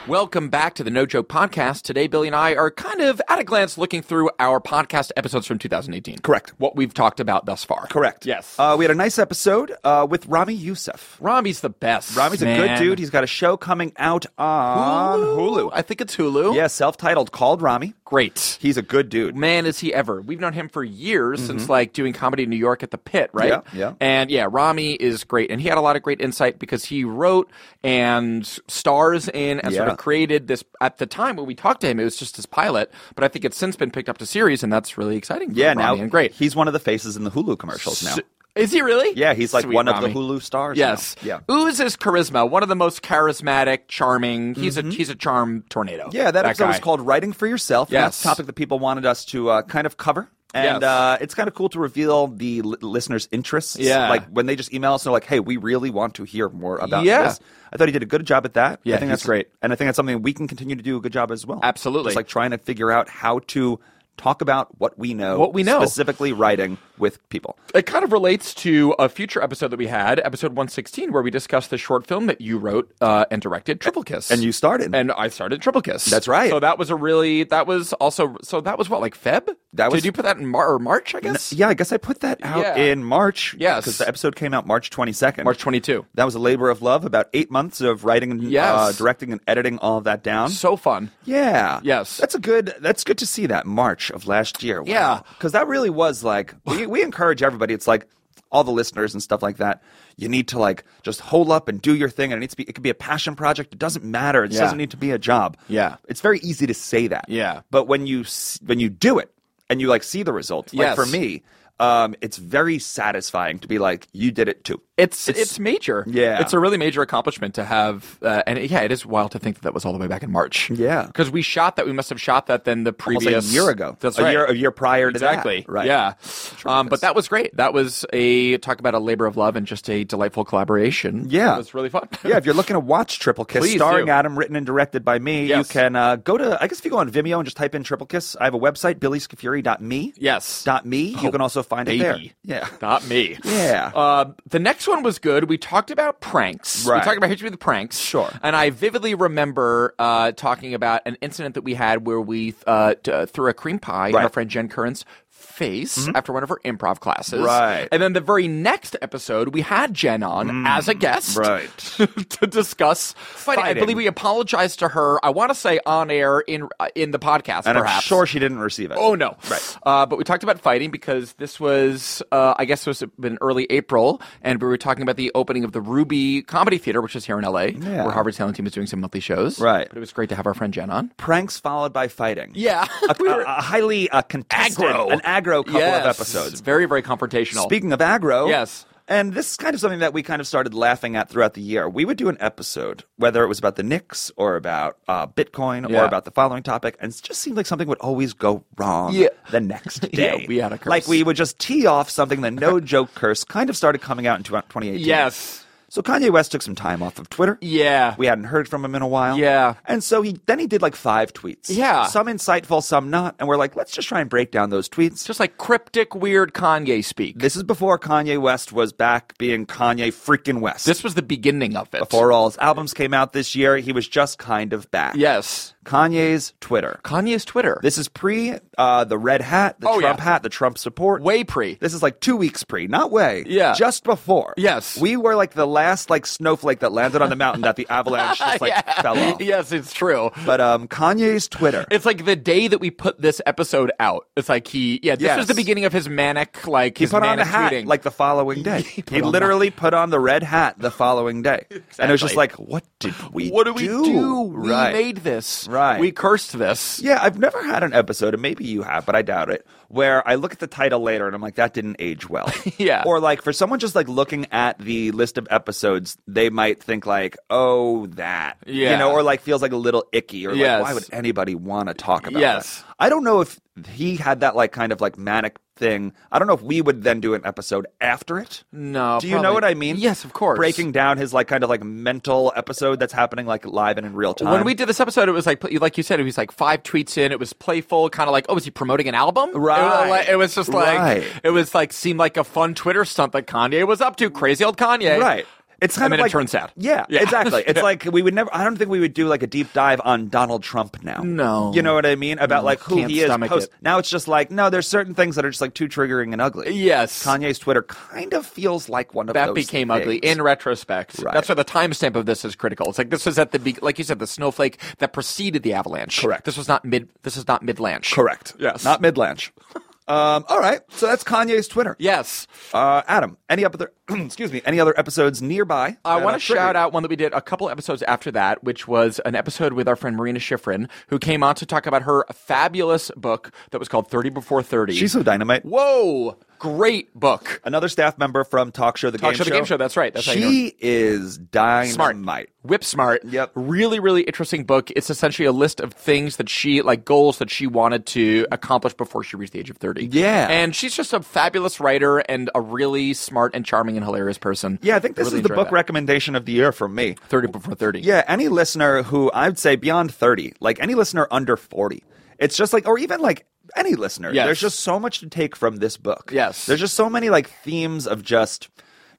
[SPEAKER 2] Welcome back to the No Joke Podcast. Today, Billy and I are kind of at a glance looking through our podcast episodes from 2018.
[SPEAKER 3] Correct.
[SPEAKER 2] What we've talked about thus far.
[SPEAKER 3] Correct.
[SPEAKER 2] Yes.
[SPEAKER 3] Uh, we had a nice episode uh, with Rami Youssef.
[SPEAKER 2] Rami's the best.
[SPEAKER 3] Rami's a good
[SPEAKER 2] man.
[SPEAKER 3] dude. He's got a show coming out on
[SPEAKER 2] Hulu.
[SPEAKER 3] Hulu.
[SPEAKER 2] I think it's Hulu.
[SPEAKER 3] Yeah, self titled called Rami.
[SPEAKER 2] Great.
[SPEAKER 3] He's a good dude.
[SPEAKER 2] Man, is he ever. We've known him for years since like doing comedy in New York at the Pit, right?
[SPEAKER 3] Mm-hmm. Yeah, yeah.
[SPEAKER 2] And yeah, Rami is great. And he had a lot of great insight because he wrote and stars in and sort
[SPEAKER 3] Yeah.
[SPEAKER 2] of created this. At the time when we talked to him, it was just his pilot, but I think it's since been picked up to series, and that's really exciting. For
[SPEAKER 3] Yeah,
[SPEAKER 2] Rami
[SPEAKER 3] now
[SPEAKER 2] and great.
[SPEAKER 3] He's one of the faces in the Hulu commercials now.
[SPEAKER 2] So- is he really?
[SPEAKER 3] Yeah, he's like
[SPEAKER 2] Sweet
[SPEAKER 3] one
[SPEAKER 2] Rami.
[SPEAKER 3] of the Hulu stars.
[SPEAKER 2] Yes.
[SPEAKER 3] now. Yeah.
[SPEAKER 2] Oozes charisma. One of the most charismatic, charming. He's a he's a charm tornado.
[SPEAKER 3] Mm-hmm. Yeah, that, episode
[SPEAKER 2] guy.
[SPEAKER 3] was called "Writing for Yourself." and that's
[SPEAKER 2] Yes.
[SPEAKER 3] a topic that people wanted us to uh, kind of cover, and
[SPEAKER 2] Yes.
[SPEAKER 3] uh, it's kind of cool to reveal the li- listeners' interests.
[SPEAKER 2] Yeah.
[SPEAKER 3] like when they just email us, they're like, "Hey, we really want to hear more about
[SPEAKER 2] Yeah.
[SPEAKER 3] this." I thought he did a good job at that.
[SPEAKER 2] Yeah,
[SPEAKER 3] I think
[SPEAKER 2] he's
[SPEAKER 3] that's
[SPEAKER 2] great.
[SPEAKER 3] and I think that's something we can continue to do a good job as well.
[SPEAKER 2] Absolutely.
[SPEAKER 3] just like trying to figure out how to talk about what we know,
[SPEAKER 2] What we know.
[SPEAKER 3] specifically writing with people.
[SPEAKER 2] It kind of relates to a future episode that we had, episode 116, where we discussed the short film that you wrote uh, and directed, Triple Kiss.
[SPEAKER 3] And you started.
[SPEAKER 2] And I started Triple Kiss.
[SPEAKER 3] That's right.
[SPEAKER 2] So that was a really, that was also, so that was what, like Feb?
[SPEAKER 3] That was-
[SPEAKER 2] Did you put that in Mar- or March, I guess?
[SPEAKER 3] yeah, I guess I put that out
[SPEAKER 2] Yeah.
[SPEAKER 3] in March.
[SPEAKER 2] Yes.
[SPEAKER 3] because the episode came out March twenty second.
[SPEAKER 2] March 22.
[SPEAKER 3] That was a labor of love. About eight months of writing and
[SPEAKER 2] Yes.
[SPEAKER 3] uh, directing and editing all of that down.
[SPEAKER 2] So fun.
[SPEAKER 3] yeah.
[SPEAKER 2] Yes.
[SPEAKER 3] That's a good. That's good to see that March of last year.
[SPEAKER 2] Yeah.
[SPEAKER 3] Because that really was like we, we encourage everybody. It's like all the listeners and stuff like that. You need to like just hold up and do your thing. And it needs to be. It could be a passion project. It doesn't matter. It
[SPEAKER 2] Yeah.
[SPEAKER 3] doesn't need to be a job.
[SPEAKER 2] Yeah.
[SPEAKER 3] It's very easy to say that.
[SPEAKER 2] Yeah.
[SPEAKER 3] But when you s- when you do it and you like see the result, like
[SPEAKER 2] Yes.
[SPEAKER 3] for me. um, it's very satisfying to be like, you did it too.
[SPEAKER 2] It's, it's
[SPEAKER 3] It's-
[SPEAKER 2] major.
[SPEAKER 3] Yeah.
[SPEAKER 2] it's a really major accomplishment to have. Uh, and it- yeah, it is wild to think that that was all the way back in March.
[SPEAKER 3] Yeah.
[SPEAKER 2] because we shot that. We must have shot that then the
[SPEAKER 3] Almost
[SPEAKER 2] previous
[SPEAKER 3] a year ago.
[SPEAKER 2] That's
[SPEAKER 3] a
[SPEAKER 2] right.
[SPEAKER 3] year a year prior to that.
[SPEAKER 2] exactly.
[SPEAKER 3] Right.
[SPEAKER 2] Yeah. Um, but
[SPEAKER 3] Tremendous.
[SPEAKER 2] that was great. That was a talk about a labor of love and just a delightful collaboration.
[SPEAKER 3] Yeah.
[SPEAKER 2] it was really fun.
[SPEAKER 3] Yeah, if you're looking to watch Triple Kiss,
[SPEAKER 2] Please
[SPEAKER 3] starring
[SPEAKER 2] do.
[SPEAKER 3] Adam, written and directed by me,
[SPEAKER 2] Yes.
[SPEAKER 3] you can uh, go to, I guess if you go on Vimeo and just type in Triple Kiss, I have a website, billyscafuri.me.
[SPEAKER 2] yes. Oh,
[SPEAKER 3] Dot me. you can also find it there.
[SPEAKER 2] baby.
[SPEAKER 3] Yeah.
[SPEAKER 2] Not me.
[SPEAKER 3] Yeah.
[SPEAKER 2] Uh, the next one was good. We talked about pranks. We
[SPEAKER 3] Right.
[SPEAKER 2] talked about history of the pranks.
[SPEAKER 3] Sure.
[SPEAKER 2] And I vividly remember uh, talking about an incident that we had where we uh, t- uh, threw a cream pie in
[SPEAKER 3] Right. Mm-hmm.
[SPEAKER 2] our friend Jen Curran's face after one of her improv classes.
[SPEAKER 3] Right. Mm.
[SPEAKER 2] And then the very next episode, we had Jen on as a guest.
[SPEAKER 3] Right.
[SPEAKER 2] to discuss fighting. I
[SPEAKER 3] Fighting.
[SPEAKER 2] believe we apologized to her. I want to say on air in uh, in the podcast.
[SPEAKER 3] And
[SPEAKER 2] perhaps.
[SPEAKER 3] I'm sure she didn't receive it.
[SPEAKER 2] Oh no!
[SPEAKER 3] Right.
[SPEAKER 2] Uh, but we talked about fighting because this was, uh, I guess, it was in early April, and we were talking about the opening of the Ruby Comedy Theater, which is here in LA,
[SPEAKER 3] Yeah.
[SPEAKER 2] where Harvard's Talent Team is doing some monthly shows.
[SPEAKER 3] Right.
[SPEAKER 2] But it was great to have our friend Jen on.
[SPEAKER 3] Pranks followed by fighting.
[SPEAKER 2] Yeah.
[SPEAKER 3] A, a- a highly uh, contested,
[SPEAKER 2] Aggro.
[SPEAKER 3] an aggro couple
[SPEAKER 2] Yes.
[SPEAKER 3] of episodes.
[SPEAKER 2] Very, very confrontational.
[SPEAKER 3] Speaking of aggro,
[SPEAKER 2] Yes.
[SPEAKER 3] and this is kind of something that we kind of started laughing at throughout the year. We would do an episode, whether it was about the Knicks or about uh, Bitcoin
[SPEAKER 2] Yeah.
[SPEAKER 3] or about the following topic, and it just seemed like something would always go wrong
[SPEAKER 2] Yeah.
[SPEAKER 3] the next
[SPEAKER 2] Yeah,
[SPEAKER 3] day.
[SPEAKER 2] we had a curse.
[SPEAKER 3] Like we would just tee off something. The no joke curse kind of started coming out in 2018.
[SPEAKER 2] Yes.
[SPEAKER 3] So Kanye West took some time off of Twitter.
[SPEAKER 2] Yeah.
[SPEAKER 3] We hadn't heard from him in a while.
[SPEAKER 2] Yeah.
[SPEAKER 3] And so he then he did like five tweets.
[SPEAKER 2] Yeah.
[SPEAKER 3] Some insightful, some not. And we're like, let's just try and break down those tweets.
[SPEAKER 2] Just like cryptic, weird Kanye speak.
[SPEAKER 3] This is before Kanye West was back being Kanye freaking West.
[SPEAKER 2] This was the beginning of it.
[SPEAKER 3] before all his albums came out this year, he was just kind of back.
[SPEAKER 2] Yes.
[SPEAKER 3] Kanye's Twitter.
[SPEAKER 2] Kanye's Twitter.
[SPEAKER 3] This is pre uh, the red hat, the
[SPEAKER 2] Oh,
[SPEAKER 3] Trump
[SPEAKER 2] yeah.
[SPEAKER 3] hat, the Trump support.
[SPEAKER 2] way pre.
[SPEAKER 3] This is like two weeks pre, not way.
[SPEAKER 2] Yeah.
[SPEAKER 3] Just before.
[SPEAKER 2] Yes.
[SPEAKER 3] We were like the last like snowflake that landed on the mountain that the avalanche just like fell off.
[SPEAKER 2] yes, it's true.
[SPEAKER 3] But um, Kanye's Twitter.
[SPEAKER 2] It's like the day that we put this episode out. It's like he, yeah, this
[SPEAKER 3] Yes.
[SPEAKER 2] was the beginning of his manic, like
[SPEAKER 3] he
[SPEAKER 2] his
[SPEAKER 3] put on
[SPEAKER 2] manic
[SPEAKER 3] the hat
[SPEAKER 2] tweeting.
[SPEAKER 3] like the following day.
[SPEAKER 2] He
[SPEAKER 3] he
[SPEAKER 2] put on the-
[SPEAKER 3] literally put on the red hat the following day, and it was
[SPEAKER 2] Exactly.
[SPEAKER 3] just like, what did we?
[SPEAKER 2] what do we do?
[SPEAKER 3] Right.
[SPEAKER 2] We made this.
[SPEAKER 3] Right.
[SPEAKER 2] We cursed this.
[SPEAKER 3] yeah, I've never had an episode, and maybe you have, but I doubt it. Where I look at the title later, and I'm like, that didn't age well.
[SPEAKER 2] Yeah.
[SPEAKER 3] Or like for someone just like looking at the list of episodes, they might think like, oh, that.
[SPEAKER 2] Yeah.
[SPEAKER 3] You know, or like feels like a little icky, or
[SPEAKER 2] Yes.
[SPEAKER 3] like, why would anybody want to talk about
[SPEAKER 2] Yes.
[SPEAKER 3] that? I don't know if he had that like kind of like manic thing. I don't know if we would then do an episode after it.
[SPEAKER 2] No.
[SPEAKER 3] Do you know
[SPEAKER 2] probably-
[SPEAKER 3] what I mean?
[SPEAKER 2] Yes, of course.
[SPEAKER 3] Breaking down his like kind of like mental episode that's happening like live and in real time.
[SPEAKER 2] When we did this episode, it was like, like you said, it was like five tweets in. It was playful, kind of like, oh, is he promoting an album? It was,
[SPEAKER 3] Right.
[SPEAKER 2] like- it was just like,
[SPEAKER 3] Right.
[SPEAKER 2] it was like, seemed like a fun Twitter stunt that Kanye was up to. Crazy old Kanye.
[SPEAKER 3] Right. It's
[SPEAKER 2] And
[SPEAKER 3] kind of
[SPEAKER 2] then it
[SPEAKER 3] like,
[SPEAKER 2] turns out.
[SPEAKER 3] Yeah,
[SPEAKER 2] Yeah.
[SPEAKER 3] exactly. It's like we would never. I don't think we would do like a deep dive on Donald Trump now.
[SPEAKER 2] No.
[SPEAKER 3] you know what I mean about like who
[SPEAKER 2] can't
[SPEAKER 3] he is.
[SPEAKER 2] stomach
[SPEAKER 3] Post.
[SPEAKER 2] it.
[SPEAKER 3] Now it's just like no, there's certain things that are just like too triggering and ugly.
[SPEAKER 2] Yes.
[SPEAKER 3] Kanye's Twitter kind of feels like one of
[SPEAKER 2] that
[SPEAKER 3] those
[SPEAKER 2] became
[SPEAKER 3] things.
[SPEAKER 2] ugly in retrospect.
[SPEAKER 3] Right.
[SPEAKER 2] That's why the timestamp of this is critical. It's like this was at the be- like you said the snowflake that preceded the avalanche.
[SPEAKER 3] Correct.
[SPEAKER 2] This was not mid. This is not midlanche.
[SPEAKER 3] Correct.
[SPEAKER 2] Yes.
[SPEAKER 3] Not midlanch. um. All right. So that's Kanye's Twitter.
[SPEAKER 2] Yes.
[SPEAKER 3] Uh, Adam, any other? excuse me. Any other episodes nearby?
[SPEAKER 2] I
[SPEAKER 3] that,
[SPEAKER 2] want
[SPEAKER 3] uh,
[SPEAKER 2] to
[SPEAKER 3] trigger you?
[SPEAKER 2] shout out one that we did a couple episodes after that, which was an episode with our friend Marina Schifrin, who came on to talk about her fabulous book that was called 30 Before 30.
[SPEAKER 3] She's so dynamite.
[SPEAKER 2] Whoa! Great book.
[SPEAKER 3] Another staff member from Talk Show the
[SPEAKER 2] Talk
[SPEAKER 3] Game
[SPEAKER 2] Show The Game Show, that's right, that's how you know
[SPEAKER 3] she is dynamite.
[SPEAKER 2] smart whip smart
[SPEAKER 3] Yep.
[SPEAKER 2] really really interesting book it's essentially a list of things that she like goals that she wanted to accomplish before she reached the age of 30
[SPEAKER 3] Yeah.
[SPEAKER 2] and she's just a fabulous writer and a really smart and charming and hilarious person
[SPEAKER 3] Yeah, I think this
[SPEAKER 2] Really
[SPEAKER 3] is the
[SPEAKER 2] enjoy
[SPEAKER 3] book
[SPEAKER 2] that.
[SPEAKER 3] recommendation of the year for me.
[SPEAKER 2] 30 before 30
[SPEAKER 3] Yeah, any listener who I'd say beyond 30, like any listener under 40, it's just like, or even like any listener,
[SPEAKER 2] Yes.
[SPEAKER 3] there's just so much to take from this book.
[SPEAKER 2] Yes.
[SPEAKER 3] There's just so many like themes of just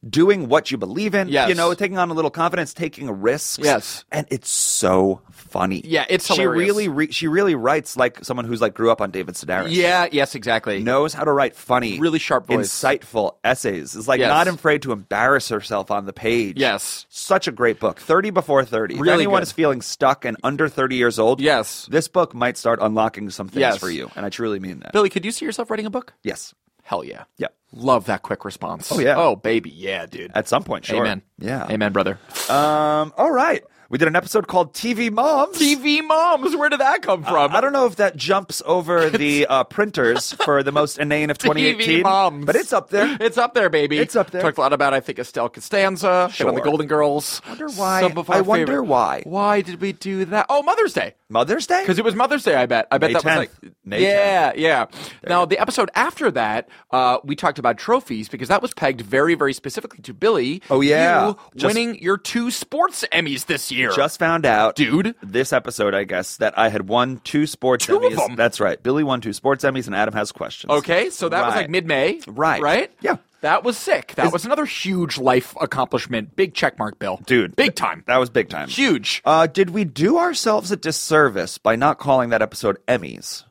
[SPEAKER 3] doing what you believe in,
[SPEAKER 2] Yes.
[SPEAKER 3] you know, taking on a little confidence, taking risks.
[SPEAKER 2] Yes.
[SPEAKER 3] And it's so funny.
[SPEAKER 2] Yeah, it's
[SPEAKER 3] she
[SPEAKER 2] hilarious.
[SPEAKER 3] really re- she really writes like someone who's like grew up on David Sedaris.
[SPEAKER 2] yeah yes exactly
[SPEAKER 3] knows how to write funny,
[SPEAKER 2] Really sharp voice.
[SPEAKER 3] insightful essays. Is like
[SPEAKER 2] Yes.
[SPEAKER 3] not afraid to embarrass herself on the page.
[SPEAKER 2] Yes.
[SPEAKER 3] such a great book. Thirty before thirty.
[SPEAKER 2] Really
[SPEAKER 3] if anyone
[SPEAKER 2] good.
[SPEAKER 3] is feeling stuck and under thirty years old,
[SPEAKER 2] Yes.
[SPEAKER 3] this book might start unlocking some things
[SPEAKER 2] Yes.
[SPEAKER 3] for you, and I truly mean that.
[SPEAKER 2] billy could you see yourself writing a book
[SPEAKER 3] yes,
[SPEAKER 2] hell yeah
[SPEAKER 3] Yep.
[SPEAKER 2] love that quick response oh
[SPEAKER 3] yeah.
[SPEAKER 2] oh baby yeah dude
[SPEAKER 3] at some point, sure.
[SPEAKER 2] amen
[SPEAKER 3] Yeah.
[SPEAKER 2] amen brother
[SPEAKER 3] Um. All right. We did an episode called TV Moms.
[SPEAKER 2] TV moms. Where did that come from?
[SPEAKER 3] I don't know if that jumps over the uh, printers for the most inane of 2018,
[SPEAKER 2] TV moms.
[SPEAKER 3] but it's up there.
[SPEAKER 2] It's up there, baby.
[SPEAKER 3] It's up there.
[SPEAKER 2] Talked a lot about, I think, Estelle Costanza. Hit on the
[SPEAKER 3] Sure.
[SPEAKER 2] Golden Girls.
[SPEAKER 3] Wonder why-
[SPEAKER 2] Some of our
[SPEAKER 3] I wonder
[SPEAKER 2] favorite-
[SPEAKER 3] why.
[SPEAKER 2] Why did we do that? Oh, Mother's Day.
[SPEAKER 3] Mother's Day?
[SPEAKER 2] Because it was Mother's Day, I bet. I bet
[SPEAKER 3] May
[SPEAKER 2] that
[SPEAKER 3] 10th.
[SPEAKER 2] was like
[SPEAKER 3] May
[SPEAKER 2] yeah, yeah. Now the episode after that, uh, we talked about trophies because that was pegged very, very specifically to Billy.
[SPEAKER 3] Oh, yeah.
[SPEAKER 2] you
[SPEAKER 3] Just-
[SPEAKER 2] winning your two sports Emmys this year,
[SPEAKER 3] Just found out,
[SPEAKER 2] dude.
[SPEAKER 3] This episode, I guess, that I had won two sports
[SPEAKER 2] Two of
[SPEAKER 3] Emmys.
[SPEAKER 2] them.
[SPEAKER 3] That's right. Billy won two sports Emmys, and Adam has questions.
[SPEAKER 2] Okay, so that was
[SPEAKER 3] Right.
[SPEAKER 2] like mid-May,
[SPEAKER 3] Right.
[SPEAKER 2] Right?
[SPEAKER 3] Yeah.
[SPEAKER 2] that was sick. That was another huge life accomplishment. Big checkmark, Bill,
[SPEAKER 3] Dude.
[SPEAKER 2] big time,
[SPEAKER 3] That was big time.
[SPEAKER 2] huge.
[SPEAKER 3] Uh, did we do ourselves a disservice by not calling that episode Emmys?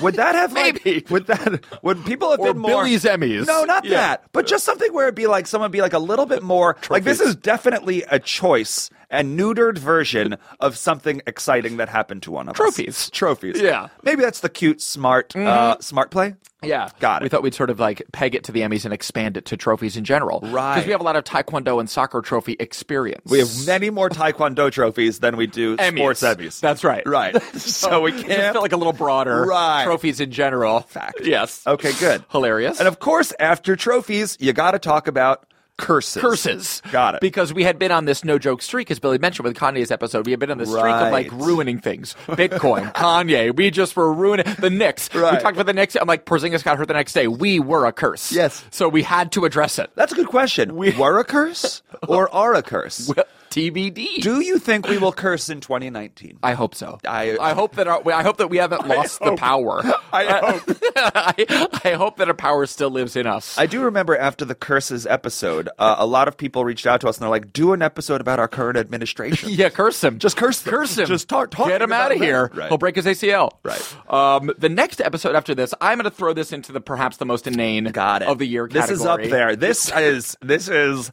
[SPEAKER 3] Would that have like,
[SPEAKER 2] Maybe.
[SPEAKER 3] Would that would people have
[SPEAKER 2] Or
[SPEAKER 3] been more
[SPEAKER 2] Billy's Emmys.
[SPEAKER 3] No, not
[SPEAKER 2] Yeah.
[SPEAKER 3] that. But just something where it'd be like someone be like a little bit more like this
[SPEAKER 2] Trophies.
[SPEAKER 3] is definitely a choice and neutered version of something exciting that happened to one of
[SPEAKER 2] Trophies.
[SPEAKER 3] us. Trophies.
[SPEAKER 2] Yeah. Mm-hmm.
[SPEAKER 3] Maybe that's the cute smart uh, smart play.
[SPEAKER 2] Yeah,
[SPEAKER 3] Got it.
[SPEAKER 2] We thought we'd sort of like peg it to the Emmys and expand it to trophies in general,
[SPEAKER 3] Right.
[SPEAKER 2] Because we have a lot of taekwondo and soccer trophy experience.
[SPEAKER 3] We have many more taekwondo trophies than we do
[SPEAKER 2] Emmys.
[SPEAKER 3] sports Emmys.
[SPEAKER 2] That's right. Oh,
[SPEAKER 3] Right. so we
[SPEAKER 2] It just
[SPEAKER 3] can't
[SPEAKER 2] felt like a little broader.
[SPEAKER 3] Right.
[SPEAKER 2] Trophies in general.
[SPEAKER 3] Fact.
[SPEAKER 2] Yes.
[SPEAKER 3] Okay, good.
[SPEAKER 2] Hilarious.
[SPEAKER 3] And of course, after trophies, you got to talk about curses.
[SPEAKER 2] curses.
[SPEAKER 3] Got it.
[SPEAKER 2] Because we had been on this no joke streak, as Billy mentioned with Kanye's episode. We had been on this streak of like
[SPEAKER 3] Right.
[SPEAKER 2] ruining things. Bitcoin, Kanye. We just were ruining the Knicks. We
[SPEAKER 3] Right.
[SPEAKER 2] talked about the Knicks. I'm like, Porzingis got hurt the next day. We were a curse.
[SPEAKER 3] Yes.
[SPEAKER 2] So we had to address it.
[SPEAKER 3] That's a good question. We were a curse or are a curse?
[SPEAKER 2] TBD.
[SPEAKER 3] Do you think we will curse in 2019?
[SPEAKER 2] I hope so.
[SPEAKER 3] I-
[SPEAKER 2] hope that our, I hope that we haven't lost the power.
[SPEAKER 3] I oh, hope.
[SPEAKER 2] I, I hope that our power still lives in us.
[SPEAKER 3] I do remember after the curses episode, uh, a lot of people reached out to us and they're like, "Do an episode about our current administration."
[SPEAKER 2] Yeah, curse him.
[SPEAKER 3] Just curse them.
[SPEAKER 2] Curse him.
[SPEAKER 3] Just start talking
[SPEAKER 2] Get him
[SPEAKER 3] about
[SPEAKER 2] out of
[SPEAKER 3] them.
[SPEAKER 2] here.
[SPEAKER 3] Right.
[SPEAKER 2] He'll break his ACL.
[SPEAKER 3] Right.
[SPEAKER 2] Um, the next episode after this, I'm going to throw this into the perhaps the most inane
[SPEAKER 3] Got it.
[SPEAKER 2] of the year
[SPEAKER 3] This
[SPEAKER 2] category.
[SPEAKER 3] is up there. This is this is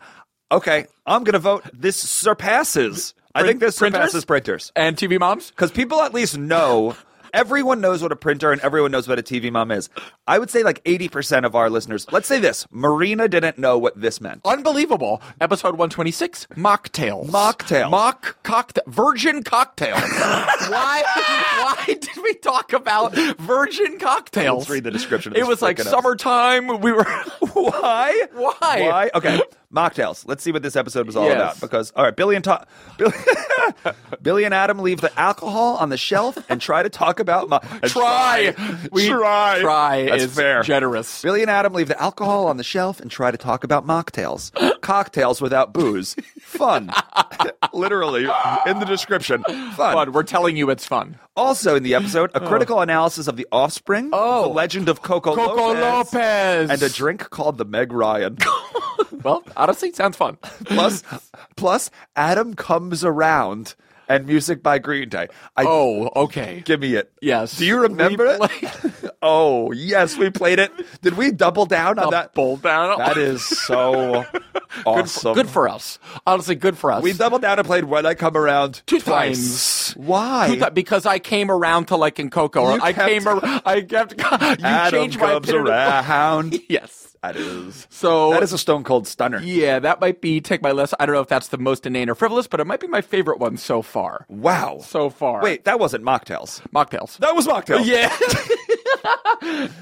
[SPEAKER 3] okay. I'm gonna vote. This surpasses. I think this
[SPEAKER 2] Printers?
[SPEAKER 3] surpasses printers.
[SPEAKER 2] And TV moms?
[SPEAKER 3] because people at least know everyone knows what a printer and everyone knows what a tv mom is i would say like 80% of our listeners let's say this marina didn't know what this meant
[SPEAKER 2] Unbelievable. Episode 126, mocktails.
[SPEAKER 3] Mocktails.
[SPEAKER 2] Mock cocktail. Virgin cocktails. why Why did we talk about virgin cocktails?
[SPEAKER 3] Let's read the description of
[SPEAKER 2] It
[SPEAKER 3] this
[SPEAKER 2] was like
[SPEAKER 3] frickin'
[SPEAKER 2] summertime. We were.
[SPEAKER 3] why
[SPEAKER 2] Why?
[SPEAKER 3] why okay mocktails let's see what this episode was all
[SPEAKER 2] Yes.
[SPEAKER 3] about because all right billy and Tom, billy, billy and adam leave the alcohol on the shelf and try to talk about mo- and
[SPEAKER 2] Try. We-
[SPEAKER 3] try
[SPEAKER 2] Try
[SPEAKER 3] That's
[SPEAKER 2] is
[SPEAKER 3] fair
[SPEAKER 2] generous.
[SPEAKER 3] Billy and Adam leave the alcohol on the shelf and try to talk about mocktails. Cocktails without booze. Fun. Literally in the description. Fun.
[SPEAKER 2] Fun. We're telling you it's fun.
[SPEAKER 3] Also in the episode, a critical analysis of The Offspring,
[SPEAKER 2] Oh.
[SPEAKER 3] The Legend of Coco,
[SPEAKER 2] Coco Lopez.
[SPEAKER 3] and a drink called the Meg Ryan.
[SPEAKER 2] Well, honestly, sounds fun.
[SPEAKER 3] plus, plus Adam comes around and music by Green Day. I
[SPEAKER 2] Oh, okay.
[SPEAKER 3] give me it.
[SPEAKER 2] Yes.
[SPEAKER 3] Do you remember
[SPEAKER 2] We
[SPEAKER 3] it? oh, yes, we played it. Did we double down on that?
[SPEAKER 2] Double down.
[SPEAKER 3] That is so awesome.
[SPEAKER 2] Good for us. Honestly, good for us.
[SPEAKER 3] we doubled down and played When I Come Around
[SPEAKER 2] Two times.
[SPEAKER 3] twice. Why?
[SPEAKER 2] Two ti- because I came around to liking Coco. Or
[SPEAKER 3] You
[SPEAKER 2] I
[SPEAKER 3] kept-
[SPEAKER 2] came. Ar- I kept. You
[SPEAKER 3] Adam
[SPEAKER 2] changed my
[SPEAKER 3] comes
[SPEAKER 2] opinion of-
[SPEAKER 3] around.
[SPEAKER 2] Yes.
[SPEAKER 3] that is
[SPEAKER 2] So
[SPEAKER 3] that is a stone cold stunner.
[SPEAKER 2] yeah, that might be take my list. I don't know if that's the most inane or frivolous, but it might be my favorite one so far.
[SPEAKER 3] Wow.
[SPEAKER 2] So far.
[SPEAKER 3] Wait, that wasn't mocktails.
[SPEAKER 2] mocktails.
[SPEAKER 3] That was mocktails.
[SPEAKER 2] Yeah.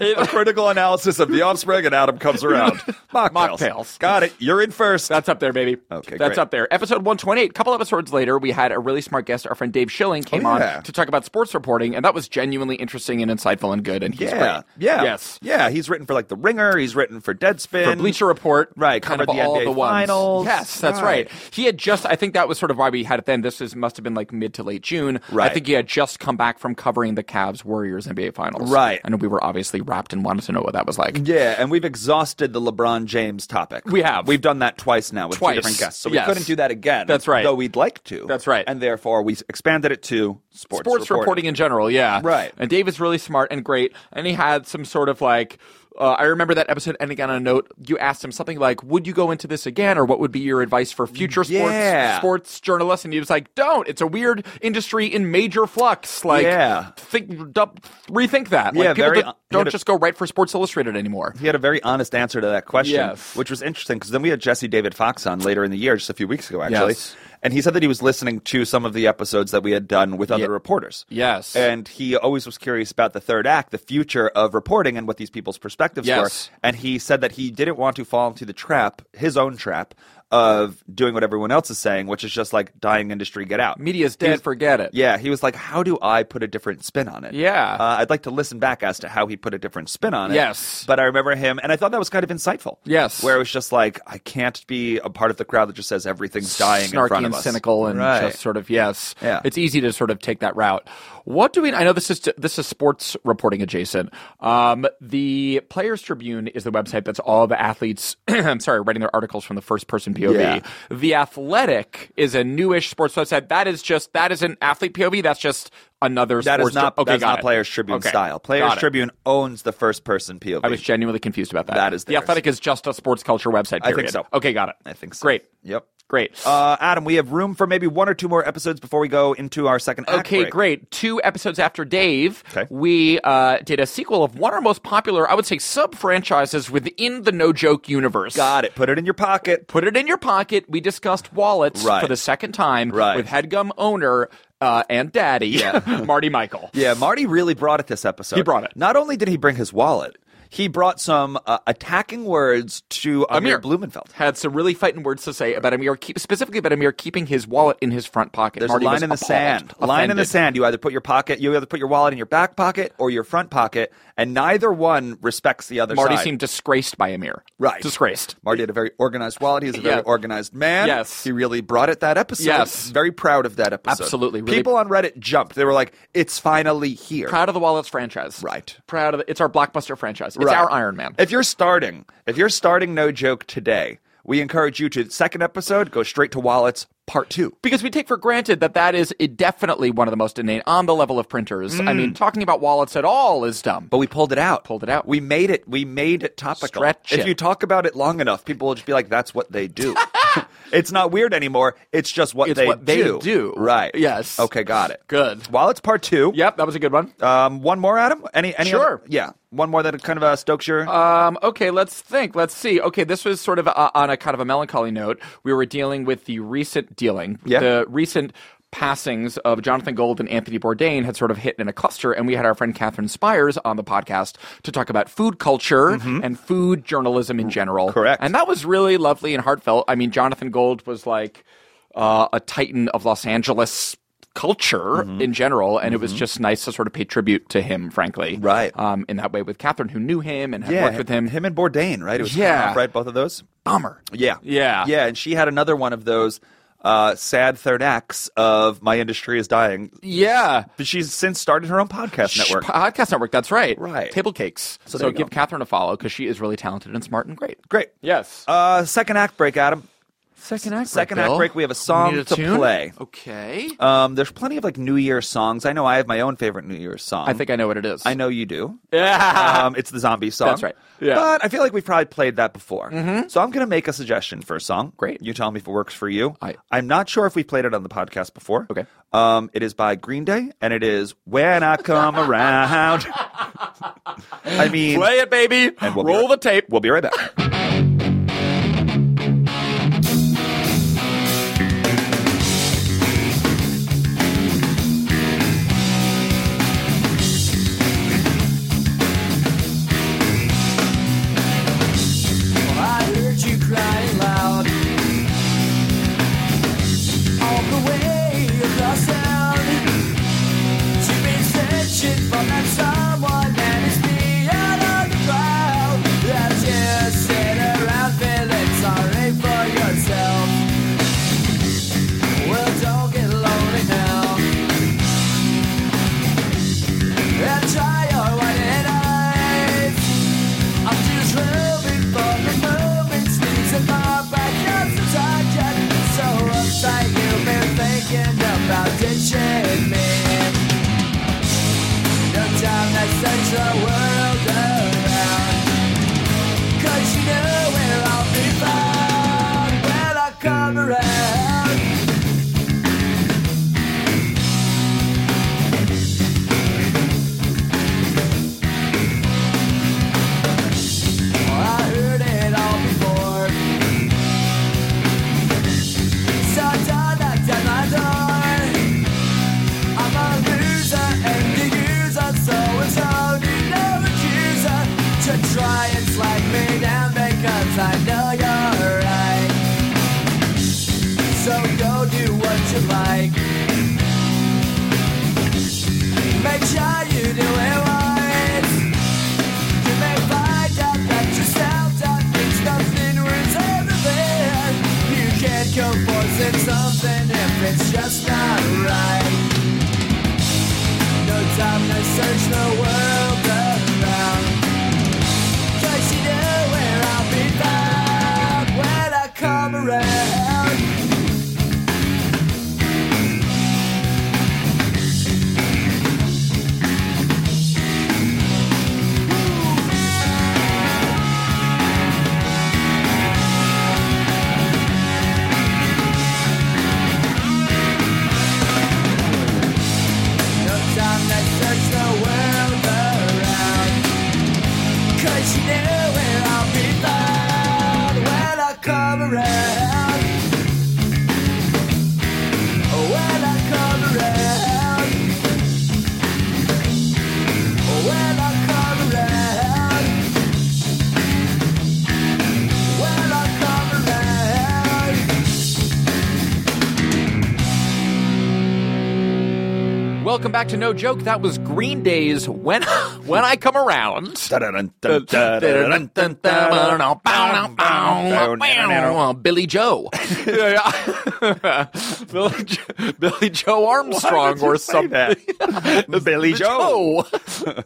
[SPEAKER 3] A critical analysis of the offspring and Adam comes around. Mocktails.
[SPEAKER 2] Mocktails.
[SPEAKER 3] Got it. You're in first.
[SPEAKER 2] That's up there, baby.
[SPEAKER 3] Okay,
[SPEAKER 2] that's
[SPEAKER 3] great.
[SPEAKER 2] up there. Episode 128. A couple episodes later, we had a really smart guest. Our friend Dave Schilling came
[SPEAKER 3] Oh, yeah.
[SPEAKER 2] on to talk about sports reporting, and that was genuinely interesting and insightful and good. And he's
[SPEAKER 3] yeah.
[SPEAKER 2] great.
[SPEAKER 3] Yeah.
[SPEAKER 2] yes.
[SPEAKER 3] Yeah. He's written for like The Ringer. He's written for Deadspin.
[SPEAKER 2] For Bleacher Report,
[SPEAKER 3] Right,
[SPEAKER 2] Kind of
[SPEAKER 3] covered the
[SPEAKER 2] all
[SPEAKER 3] NBA
[SPEAKER 2] the ones.
[SPEAKER 3] finals.
[SPEAKER 2] Yes, that's right.
[SPEAKER 3] Right.
[SPEAKER 2] He had just. I think that was sort of why we had it then. This is must have been like mid to late June.
[SPEAKER 3] Right.
[SPEAKER 2] I think he had just come back from covering the Cavs Warriors NBA finals.
[SPEAKER 3] Right.
[SPEAKER 2] And we were obviously wrapped and wanted to know what that was like.
[SPEAKER 3] Yeah, and we've exhausted the LeBron James topic.
[SPEAKER 2] We have.
[SPEAKER 3] We've done that twice now with
[SPEAKER 2] Twice.
[SPEAKER 3] two different guests. So we
[SPEAKER 2] Yes.
[SPEAKER 3] couldn't do that again.
[SPEAKER 2] That's right.
[SPEAKER 3] Though we'd like to.
[SPEAKER 2] That's right.
[SPEAKER 3] And therefore we expanded it to sports,
[SPEAKER 2] sports reporting. in general, yeah.
[SPEAKER 3] Right.
[SPEAKER 2] And Dave is really smart and great, and he had some sort of like. Uh, I remember that episode ending on a note. You asked him something like, "Would you go into this again, or what would be your advice for future sports
[SPEAKER 3] Yeah.
[SPEAKER 2] sports journalists?" And he was like, "Don't. It's a weird industry in major flux. Like,
[SPEAKER 3] Yeah.
[SPEAKER 2] think, dub, rethink that.
[SPEAKER 3] Yeah,
[SPEAKER 2] like, people don't,
[SPEAKER 3] very- he had
[SPEAKER 2] don't
[SPEAKER 3] a-
[SPEAKER 2] just go right for Sports Illustrated anymore.
[SPEAKER 3] He had a very honest answer to that question,
[SPEAKER 2] Yes.
[SPEAKER 3] which was interesting because then we had Jesse David Fox on later in the year, just a few weeks ago, actually.
[SPEAKER 2] Yes.
[SPEAKER 3] And he said that he was listening to some of the episodes that we had done with other
[SPEAKER 2] Yeah.
[SPEAKER 3] reporters.
[SPEAKER 2] Yes.
[SPEAKER 3] And he always was curious about the third act, the future of reporting and what these people's perspectives
[SPEAKER 2] Yes.
[SPEAKER 3] were. And he said that he didn't want to fall into the trap, his own trap, of doing what everyone else is saying, which is just like dying industry, get out.
[SPEAKER 2] Media's
[SPEAKER 3] He
[SPEAKER 2] dead,
[SPEAKER 3] was-
[SPEAKER 2] forget it.
[SPEAKER 3] Yeah, he was like, "How do I put a different spin on it?"
[SPEAKER 2] Yeah.
[SPEAKER 3] uh, I'd like to listen back as to how he put a different spin on it.
[SPEAKER 2] Yes.
[SPEAKER 3] but I remember him, and I thought that was kind of insightful.
[SPEAKER 2] Yes.
[SPEAKER 3] where it was just like, I can't be a part of the crowd that just says everything's dying
[SPEAKER 2] snarky
[SPEAKER 3] in front
[SPEAKER 2] and
[SPEAKER 3] of us,
[SPEAKER 2] cynical and
[SPEAKER 3] Right.
[SPEAKER 2] just sort of yes
[SPEAKER 3] Yeah.
[SPEAKER 2] it's easy to sort of take that route what do we i know this is this is sports reporting adjacent um, the players tribune is the website that's all the athletes i'm sorry writing their articles from the first person pov
[SPEAKER 3] Yeah.
[SPEAKER 2] the athletic is a newish sports website that is just that is an athlete pov that's just another
[SPEAKER 3] That
[SPEAKER 2] sports
[SPEAKER 3] is not
[SPEAKER 2] okay
[SPEAKER 3] that's
[SPEAKER 2] got
[SPEAKER 3] not
[SPEAKER 2] it.
[SPEAKER 3] Players Tribune
[SPEAKER 2] Okay,
[SPEAKER 3] style. Players
[SPEAKER 2] got it.
[SPEAKER 3] Tribune owns the first person POV.
[SPEAKER 2] I was genuinely confused about that.
[SPEAKER 3] That is
[SPEAKER 2] the
[SPEAKER 3] theirs.
[SPEAKER 2] athletic is just a sports culture website. Period.
[SPEAKER 3] I think so.
[SPEAKER 2] Okay, got it.
[SPEAKER 3] I think so.
[SPEAKER 2] Great,
[SPEAKER 3] Yep.
[SPEAKER 2] great.
[SPEAKER 3] Uh, Adam, we have room for maybe one or two more episodes before we go into our second. act
[SPEAKER 2] Okay,
[SPEAKER 3] break.
[SPEAKER 2] great. Two episodes after Dave,
[SPEAKER 3] Okay.
[SPEAKER 2] we uh, did a sequel of one of our most popular, I would say, sub franchises within the No Joke universe.
[SPEAKER 3] Got it. Put it in your pocket.
[SPEAKER 2] Put it in your pocket. We discussed wallets
[SPEAKER 3] Right.
[SPEAKER 2] for the second time
[SPEAKER 3] Right.
[SPEAKER 2] with headgum owner uh, and daddy, Marty Michael.
[SPEAKER 3] Yeah, Marty really brought it this episode.
[SPEAKER 2] He brought it.
[SPEAKER 3] Not only did he bring his wallet, he brought some uh, attacking words to Amir,
[SPEAKER 2] Amir.
[SPEAKER 3] Blumenfeld.
[SPEAKER 2] Had some really fighting words to say about Amir, keep, specifically about Amir keeping his wallet in his front pocket.
[SPEAKER 3] There's
[SPEAKER 2] Marty
[SPEAKER 3] a line
[SPEAKER 2] was
[SPEAKER 3] in the
[SPEAKER 2] appalled,
[SPEAKER 3] sand. A Line in the
[SPEAKER 2] offended.
[SPEAKER 3] sand. You either put your pocket, you either put your wallet in your back pocket or your front pocket, and neither one respects the other.
[SPEAKER 2] Marty
[SPEAKER 3] side.
[SPEAKER 2] seemed disgraced by Amir.
[SPEAKER 3] Right.
[SPEAKER 2] Disgraced.
[SPEAKER 3] Marty had a very organized wallet. He's a very
[SPEAKER 2] Yeah.
[SPEAKER 3] organized man.
[SPEAKER 2] Yes.
[SPEAKER 3] He really brought it that episode.
[SPEAKER 2] Yes.
[SPEAKER 3] Very proud of that episode.
[SPEAKER 2] Absolutely. Really-
[SPEAKER 3] People on Reddit jumped. They were like, it's finally here.
[SPEAKER 2] Proud of the Wallets franchise.
[SPEAKER 3] Right.
[SPEAKER 2] Proud of the, it's our blockbuster franchise. It's
[SPEAKER 3] Right.
[SPEAKER 2] our Iron Man.
[SPEAKER 3] If you're starting, if you're starting No Joke today, we encourage you to second episode, go straight to Wallets Part Two.
[SPEAKER 2] because we take for granted that that is i- definitely one of the most inane on the level of printers. I
[SPEAKER 3] Mm.
[SPEAKER 2] mean, talking about wallets at all is dumb.
[SPEAKER 3] But we pulled it out.
[SPEAKER 2] Pulled it out.
[SPEAKER 3] We made it. We made it topical.
[SPEAKER 2] Stretch
[SPEAKER 3] if
[SPEAKER 2] it.
[SPEAKER 3] you talk about it long enough, people will just be like, "That's what they do." it's not weird anymore. It's just what
[SPEAKER 2] It's
[SPEAKER 3] they
[SPEAKER 2] what they
[SPEAKER 3] do.
[SPEAKER 2] do.
[SPEAKER 3] Right.
[SPEAKER 2] Yes.
[SPEAKER 3] Okay. Got it.
[SPEAKER 2] Good.
[SPEAKER 3] Wallets Part Two.
[SPEAKER 2] Yep, that was a good one.
[SPEAKER 3] Um, one more, Adam. Any? any
[SPEAKER 2] Sure.
[SPEAKER 3] other- yeah. One more that kind of uh, stokes your.
[SPEAKER 2] Um, okay, let's think. Let's see. Okay, this was sort of uh on a kind of a melancholy note. We were dealing with the recent dealing,
[SPEAKER 3] Yeah.
[SPEAKER 2] the recent passings of Jonathan Gold and Anthony Bourdain had sort of hit in a cluster, and we had our friend Catherine Spires on the podcast to talk about food culture and food journalism in general.
[SPEAKER 3] Mm-hmm. Correct.
[SPEAKER 2] And that was really lovely and heartfelt. I mean, Jonathan Gold was like uh, a titan of Los Angeles. Culture
[SPEAKER 3] Mm-hmm.
[SPEAKER 2] in general, and it was just nice to sort of pay tribute to him, frankly.
[SPEAKER 3] Right.
[SPEAKER 2] Um, in that way, with Catherine, who knew him and had
[SPEAKER 3] yeah.
[SPEAKER 2] worked with him.
[SPEAKER 3] Him and Bourdain, right? It was
[SPEAKER 2] Yeah.
[SPEAKER 3] Off, right. Both of those.
[SPEAKER 2] Bummer.
[SPEAKER 3] Yeah.
[SPEAKER 2] Yeah.
[SPEAKER 3] Yeah. And she had another one of those uh, sad third acts of my industry is dying.
[SPEAKER 2] Yeah.
[SPEAKER 3] But she's since started her own podcast network.
[SPEAKER 2] Sh- Podcast Network. That's right.
[SPEAKER 3] Right.
[SPEAKER 2] Table Cakes. So,
[SPEAKER 3] there you
[SPEAKER 2] give
[SPEAKER 3] go.
[SPEAKER 2] Catherine a follow because she is really talented and smart and great.
[SPEAKER 3] Great.
[SPEAKER 2] Yes.
[SPEAKER 3] Uh, second act break, Adam.
[SPEAKER 2] second act.
[SPEAKER 3] second
[SPEAKER 2] break,
[SPEAKER 3] act
[SPEAKER 2] Bill.
[SPEAKER 3] break, we have a song
[SPEAKER 2] need a
[SPEAKER 3] to
[SPEAKER 2] tune?
[SPEAKER 3] play.
[SPEAKER 2] Okay.
[SPEAKER 3] Um, there's plenty of like New Year's songs. I know I have my own favorite New Year's song.
[SPEAKER 2] I think I know what it is.
[SPEAKER 3] I know you do.
[SPEAKER 2] Yeah.
[SPEAKER 3] Um, it's the zombie song.
[SPEAKER 2] That's right. Yeah.
[SPEAKER 3] But I feel like we've probably played that before. So I'm going to make a suggestion for a song.
[SPEAKER 2] Great.
[SPEAKER 3] You tell me if it works for you.
[SPEAKER 2] I-
[SPEAKER 3] am not sure if we played it on the podcast before.
[SPEAKER 2] Okay.
[SPEAKER 3] Um, it is by Green Day, and it is When I Come Around. I mean,
[SPEAKER 2] Play it, baby.
[SPEAKER 3] we'll be
[SPEAKER 2] Roll the
[SPEAKER 3] right-
[SPEAKER 2] tape.
[SPEAKER 3] We'll be right back.
[SPEAKER 4] I heard you crying loud on the way across town. You've been searching for that someone that is beyond the crowd. That's just uh, would like. Make sure you do it right. You may find out that yourself that means nothing was ever there. You can't go forcing something if it's just not right. No time to search the world around. Cause you know where I'll be found when I come around. No time to search the world around. Cause you know where I'll be found when I come around. Oh, When I come around. Oh, When I come around. When I come around.
[SPEAKER 2] Welcome back to No Joke. That was Green Day's When When I Come Around. Billy Joe. Billy, Jo- Billy Joe Armstrong or something.
[SPEAKER 3] Billy Joe.
[SPEAKER 2] Joe.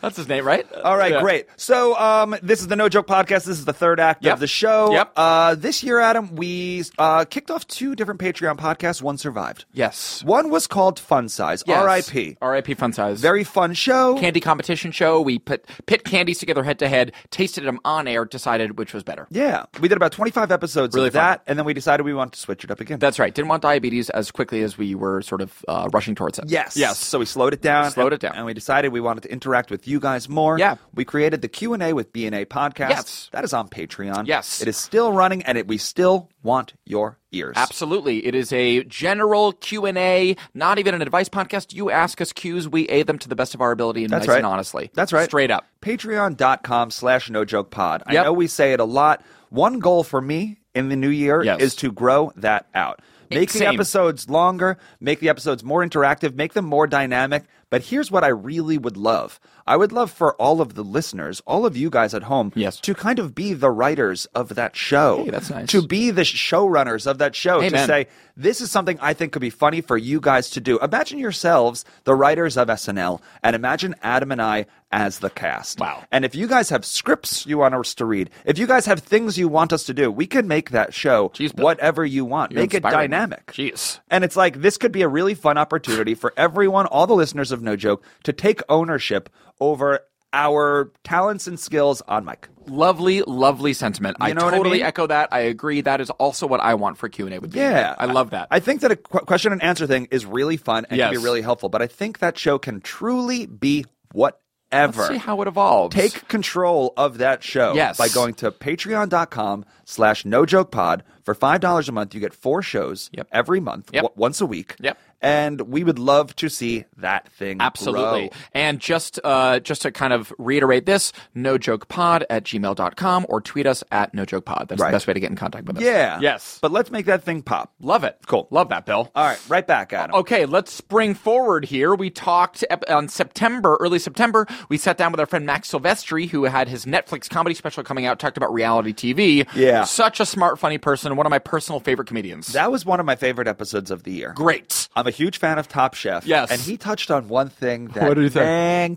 [SPEAKER 2] That's his name, right?
[SPEAKER 3] All right,
[SPEAKER 2] Yeah.
[SPEAKER 3] great. So um, this is the No Joke Podcast. This is the third act
[SPEAKER 2] Yep.
[SPEAKER 3] of the show.
[SPEAKER 2] Yep.
[SPEAKER 3] Uh, this year, Adam, we uh, kicked off two different Patreon podcasts. One survived.
[SPEAKER 2] Yes.
[SPEAKER 3] One was called Fun Size,
[SPEAKER 2] Yes.
[SPEAKER 3] R.I.P.
[SPEAKER 2] R.I.P. Fun Size.
[SPEAKER 3] Very fun show.
[SPEAKER 2] candy competition show. We put pit candies together head to head, tasted them on air, decided which was better.
[SPEAKER 3] yeah, we did about 25 episodes
[SPEAKER 2] Really
[SPEAKER 3] of that, and then we decided we wanted to switch it up again.
[SPEAKER 2] That's right. Didn't want diabetes as quickly as we were sort of uh, rushing towards it.
[SPEAKER 3] Yes.
[SPEAKER 2] Yes.
[SPEAKER 3] So we slowed it down.
[SPEAKER 2] Slowed
[SPEAKER 3] and-
[SPEAKER 2] it down.
[SPEAKER 3] And we decided we wanted to interact with you guys more.
[SPEAKER 2] Yeah.
[SPEAKER 3] We created the Q&A with B&A podcast.
[SPEAKER 2] Yes.
[SPEAKER 3] That is on Patreon.
[SPEAKER 2] Yes.
[SPEAKER 3] It is still running and it, we still want your ears.
[SPEAKER 2] Absolutely. It is a general Q&A, not even an advice podcast. You ask us cues, we aid them to the best of our ability and
[SPEAKER 3] That's
[SPEAKER 2] nice
[SPEAKER 3] right.
[SPEAKER 2] and honestly.
[SPEAKER 3] That's right.
[SPEAKER 2] Straight up.
[SPEAKER 3] Patreon.com slash no joke pod. I
[SPEAKER 2] Yep.
[SPEAKER 3] know we say it a lot. One goal for me in the new year
[SPEAKER 2] Yes.
[SPEAKER 3] is to grow that out. Make the
[SPEAKER 2] Same.
[SPEAKER 3] episodes longer, make the episodes more interactive, make them more dynamic. But here's what I really would love. I would love for all of the listeners, all of you guys at home,
[SPEAKER 2] Yes.
[SPEAKER 3] to kind of be the writers of that show.
[SPEAKER 2] Hey, that's nice.
[SPEAKER 3] To be the showrunners of that show. To
[SPEAKER 2] Amen.
[SPEAKER 3] say, this is something I think could be funny for you guys to do. Imagine yourselves, the writers of SNL, and imagine Adam and I as the cast.
[SPEAKER 2] Wow.
[SPEAKER 3] And if you guys have scripts you want us to read, if you guys have things you want us to do, we can make that show
[SPEAKER 2] Jeez, Bill.
[SPEAKER 3] whatever you want.
[SPEAKER 2] You're
[SPEAKER 3] make it
[SPEAKER 2] inspiring.
[SPEAKER 3] dynamic.
[SPEAKER 2] Jeez.
[SPEAKER 3] And it's like this could be a really fun opportunity for everyone, all the listeners of No Joke, to take ownership over our talents and skills on mic.
[SPEAKER 2] Lovely, lovely sentiment. I
[SPEAKER 3] know what I
[SPEAKER 2] totally
[SPEAKER 3] mean?
[SPEAKER 2] echo that. I agree. That is also what I want for Q&A with B&A.
[SPEAKER 3] Yeah,
[SPEAKER 2] I love that.
[SPEAKER 3] I think that a qu- question and answer thing is really fun and
[SPEAKER 2] Yes.
[SPEAKER 3] can be really helpful. But I think that show can truly be whatever.
[SPEAKER 2] Let's see how it evolves.
[SPEAKER 3] Take control of that show
[SPEAKER 2] Yes.
[SPEAKER 3] by going to patreon.com slash no joke pod. For $5 a month, you get four shows
[SPEAKER 2] Yep.
[SPEAKER 3] every month,
[SPEAKER 2] Yep.
[SPEAKER 3] w- once a week.
[SPEAKER 2] Yep.
[SPEAKER 3] And we would love to see that thing
[SPEAKER 2] Absolutely.
[SPEAKER 3] grow.
[SPEAKER 2] And just uh, just to kind of reiterate this, nojokepod at gmail.com or tweet us at nojokepod. That's
[SPEAKER 3] Right.
[SPEAKER 2] the best way to get in contact with us.
[SPEAKER 3] Yeah.
[SPEAKER 2] Yes.
[SPEAKER 3] But let's make that thing pop.
[SPEAKER 2] Love it.
[SPEAKER 3] Cool.
[SPEAKER 2] Love that, Bill.
[SPEAKER 3] All right, right back, Adam.
[SPEAKER 2] Okay, let's spring forward here. We talked ep- on September, early September. We sat down with our friend Max Silvestri, who had his Netflix comedy special coming out, talked about reality TV.
[SPEAKER 3] Yeah.
[SPEAKER 2] Such a smart, funny person, one of my personal favorite comedians.
[SPEAKER 3] That was one of my favorite episodes of the year.
[SPEAKER 2] Great.
[SPEAKER 3] I'm a huge fan of Top Chef.
[SPEAKER 2] Yes.
[SPEAKER 3] And he touched on one thing that
[SPEAKER 2] What did he say?
[SPEAKER 3] dang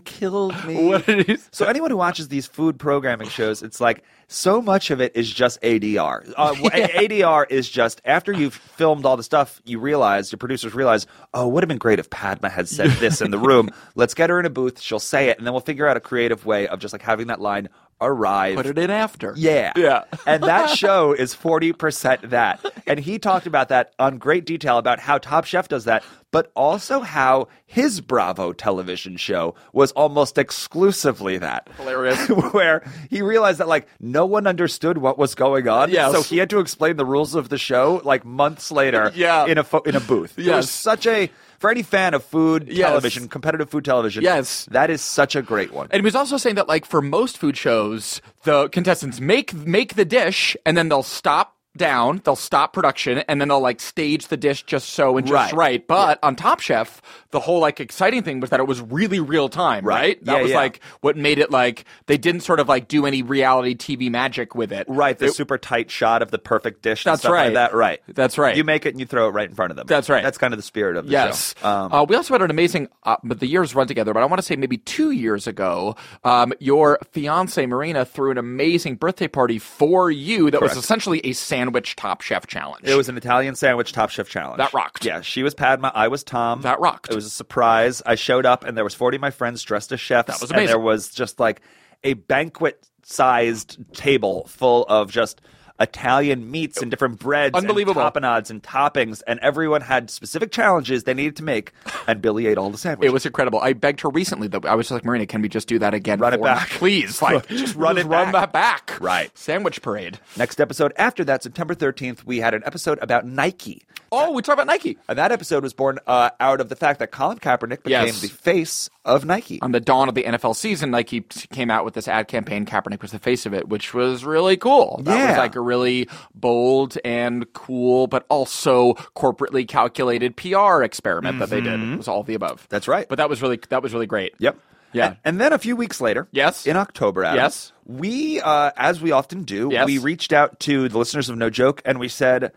[SPEAKER 3] killed me.
[SPEAKER 2] What did he say?
[SPEAKER 3] So anyone who watches these food programming shows, it's like so much of it is just ADR. Uh, wh- ADR is just after you've filmed all the stuff, you realize your producers realize, oh, would have been great if Padma had said this in the room. Let's get her in a booth. She'll say it, and then we'll figure out a creative way of just like having that line arrive.
[SPEAKER 2] Put it in after.
[SPEAKER 3] Yeah.
[SPEAKER 2] Yeah.
[SPEAKER 3] and that show is 40% that. And he talked about that on great detail about how Top Chef does that, but also how his Bravo television show was almost exclusively that.
[SPEAKER 2] Hilarious.
[SPEAKER 3] Where he realized that like no one understood what was going on.
[SPEAKER 2] Yes.
[SPEAKER 3] So he had to explain the rules of the show like months later
[SPEAKER 2] Yeah.
[SPEAKER 3] in a fo- in a booth. It was
[SPEAKER 2] Yes.
[SPEAKER 3] such a for any fan of food
[SPEAKER 2] Yes.
[SPEAKER 3] television, competitive food television,
[SPEAKER 2] Yes.
[SPEAKER 3] that is such a great one.
[SPEAKER 2] And he was also saying that, like, for most food shows, the contestants make make the dish and then they'll stop, down, they'll stop production, and then they'll like stage the dish just so and just
[SPEAKER 3] Right.
[SPEAKER 2] right. But on Top Chef, the whole like exciting thing was that it was really real time,
[SPEAKER 3] Right.
[SPEAKER 2] right? That
[SPEAKER 3] Yeah,
[SPEAKER 2] was
[SPEAKER 3] yeah.
[SPEAKER 2] like what made it like they didn't sort of like do any reality TV magic with it.
[SPEAKER 3] Right, the
[SPEAKER 2] It-
[SPEAKER 3] super tight shot of the perfect dish. and
[SPEAKER 2] That's
[SPEAKER 3] stuff Like
[SPEAKER 2] right.
[SPEAKER 3] that right.
[SPEAKER 2] That's right.
[SPEAKER 3] You make it and you throw it right in front of them.
[SPEAKER 2] That's right.
[SPEAKER 3] That's kind of the spirit of the
[SPEAKER 2] Yes.
[SPEAKER 3] show. Um,
[SPEAKER 2] uh, we also had an amazing, uh, but the years run together, but I want to say maybe two years ago, um, your fiance Marina threw an amazing birthday party for you that
[SPEAKER 3] Correct.
[SPEAKER 2] was essentially a sandwich top chef challenge.
[SPEAKER 3] It was an Italian sandwich top chef challenge.
[SPEAKER 2] That rocked.
[SPEAKER 3] Yeah, she was Padma, I was Tom.
[SPEAKER 2] That rocked.
[SPEAKER 3] It was a surprise. I showed up and there was 40 of my friends dressed as chefs.
[SPEAKER 2] That was
[SPEAKER 3] And there
[SPEAKER 2] amazing.
[SPEAKER 3] was just like a banquet sized table full of just Italian meats and different breads
[SPEAKER 2] Unbelievable.
[SPEAKER 3] and tapenades and toppings and everyone had specific challenges they needed to make and Billy ate all the sandwiches.
[SPEAKER 2] It was incredible. I begged her recently that I was just like, Marina, can we just do that again?
[SPEAKER 3] Run it
[SPEAKER 2] for me?
[SPEAKER 3] back.
[SPEAKER 2] please. Like, just run
[SPEAKER 3] Run it
[SPEAKER 2] it, run
[SPEAKER 3] back.
[SPEAKER 2] that back.
[SPEAKER 3] Right.
[SPEAKER 2] Sandwich parade.
[SPEAKER 3] Next episode after that September 13th we had an episode about Nike.
[SPEAKER 2] Oh, we talk about Nike
[SPEAKER 3] And that episode was born uh, out of the fact that Colin Kaepernick became
[SPEAKER 2] Yes.
[SPEAKER 3] the face of Nike.
[SPEAKER 2] on the dawn of the NFL season. Nike t- came out with this ad campaign. Kaepernick was the face of it, which was really cool. That
[SPEAKER 3] Yeah.
[SPEAKER 2] was like a really bold and cool, but also corporately calculated PR experiment that they
[SPEAKER 3] Mm-hmm.
[SPEAKER 2] did. It was all of the above.
[SPEAKER 3] That's right.
[SPEAKER 2] But that was really that was really great.
[SPEAKER 3] Yep.
[SPEAKER 2] Yeah.
[SPEAKER 3] And, and then a few weeks later,
[SPEAKER 2] Yes.
[SPEAKER 3] in October, Adam,
[SPEAKER 2] Yes.
[SPEAKER 3] we, uh, as we often do,
[SPEAKER 2] Yes.
[SPEAKER 3] we reached out to the listeners of No Joke and we said,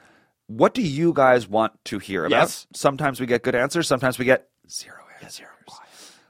[SPEAKER 3] "What do you guys want to hear about?"
[SPEAKER 2] Yes.
[SPEAKER 3] Sometimes we get good answers. Sometimes we get zero answers.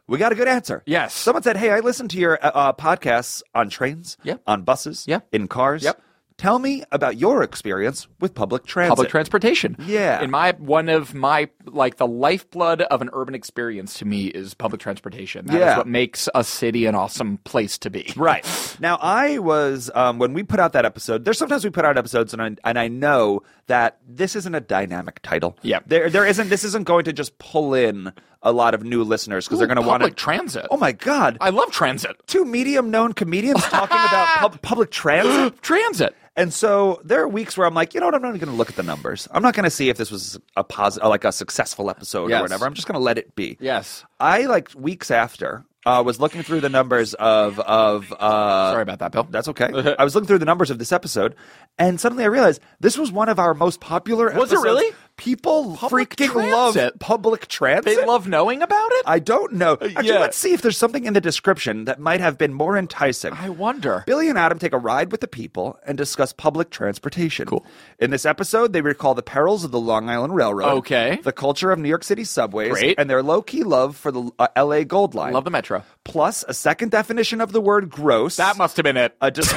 [SPEAKER 3] We got a good answer.
[SPEAKER 2] Yes.
[SPEAKER 3] Someone said, "Hey, I listen to your uh, uh, podcasts on trains,
[SPEAKER 2] Yep.
[SPEAKER 3] on buses,
[SPEAKER 2] Yep.
[SPEAKER 3] in cars.
[SPEAKER 2] Yep.
[SPEAKER 3] Tell me about your experience with public transit."
[SPEAKER 2] public transportation.
[SPEAKER 3] Yeah.
[SPEAKER 2] In my one of my like the lifeblood of an urban experience to me is public transportation. That is
[SPEAKER 3] Yeah.
[SPEAKER 2] what makes a city an awesome place to be.
[SPEAKER 3] Right. Now, I was, um, when we put out that episode, there's sometimes we put out episodes and I, and I know that this isn't a dynamic title.
[SPEAKER 2] Yeah.
[SPEAKER 3] There, there isn't, this isn't going to just pull in a lot of new listeners because they're going to want
[SPEAKER 2] public transit.
[SPEAKER 3] Oh my God.
[SPEAKER 2] I love transit.
[SPEAKER 3] Two medium known comedians talking about pub- public transit.
[SPEAKER 2] Transit.
[SPEAKER 3] And so there are weeks where I'm like, you know what? I'm not even going to look at the numbers. I'm not going to see if this was a positive, like a successful episode or
[SPEAKER 2] Yes.
[SPEAKER 3] whatever. I'm just going to let it be.
[SPEAKER 2] Yes.
[SPEAKER 3] I like weeks after uh, was looking through the numbers of of uh,
[SPEAKER 2] Sorry about that, Bill.
[SPEAKER 3] That's okay. I was looking through the numbers of this episode, and suddenly I realized this was one of our most popular.
[SPEAKER 2] Was it
[SPEAKER 3] episodes.
[SPEAKER 2] really?
[SPEAKER 3] People
[SPEAKER 2] Public
[SPEAKER 3] freaking love
[SPEAKER 2] transit.
[SPEAKER 3] public transit.
[SPEAKER 2] They love knowing about it?
[SPEAKER 3] I don't know. Actually,
[SPEAKER 2] yeah.
[SPEAKER 3] let's see if there's something in the description that might have been more enticing.
[SPEAKER 2] I wonder.
[SPEAKER 3] Billy and Adam take a ride with the people and discuss public transportation. Cool. In this episode, they recall the perils of the Long Island Railroad,
[SPEAKER 2] Okay.
[SPEAKER 3] the culture of New York City subways,
[SPEAKER 2] Great.
[SPEAKER 3] and their low key love for the uh, L.A. Gold Line.
[SPEAKER 2] Love the metro.
[SPEAKER 3] Plus, a second definition of the word "gross."
[SPEAKER 2] That must have been it.
[SPEAKER 3] a dis-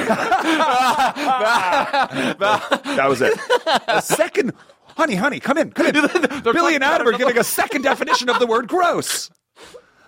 [SPEAKER 3] that was it. A second. Honey, honey, come in, come in. Billy and Adam are giving a second definition of the word gross.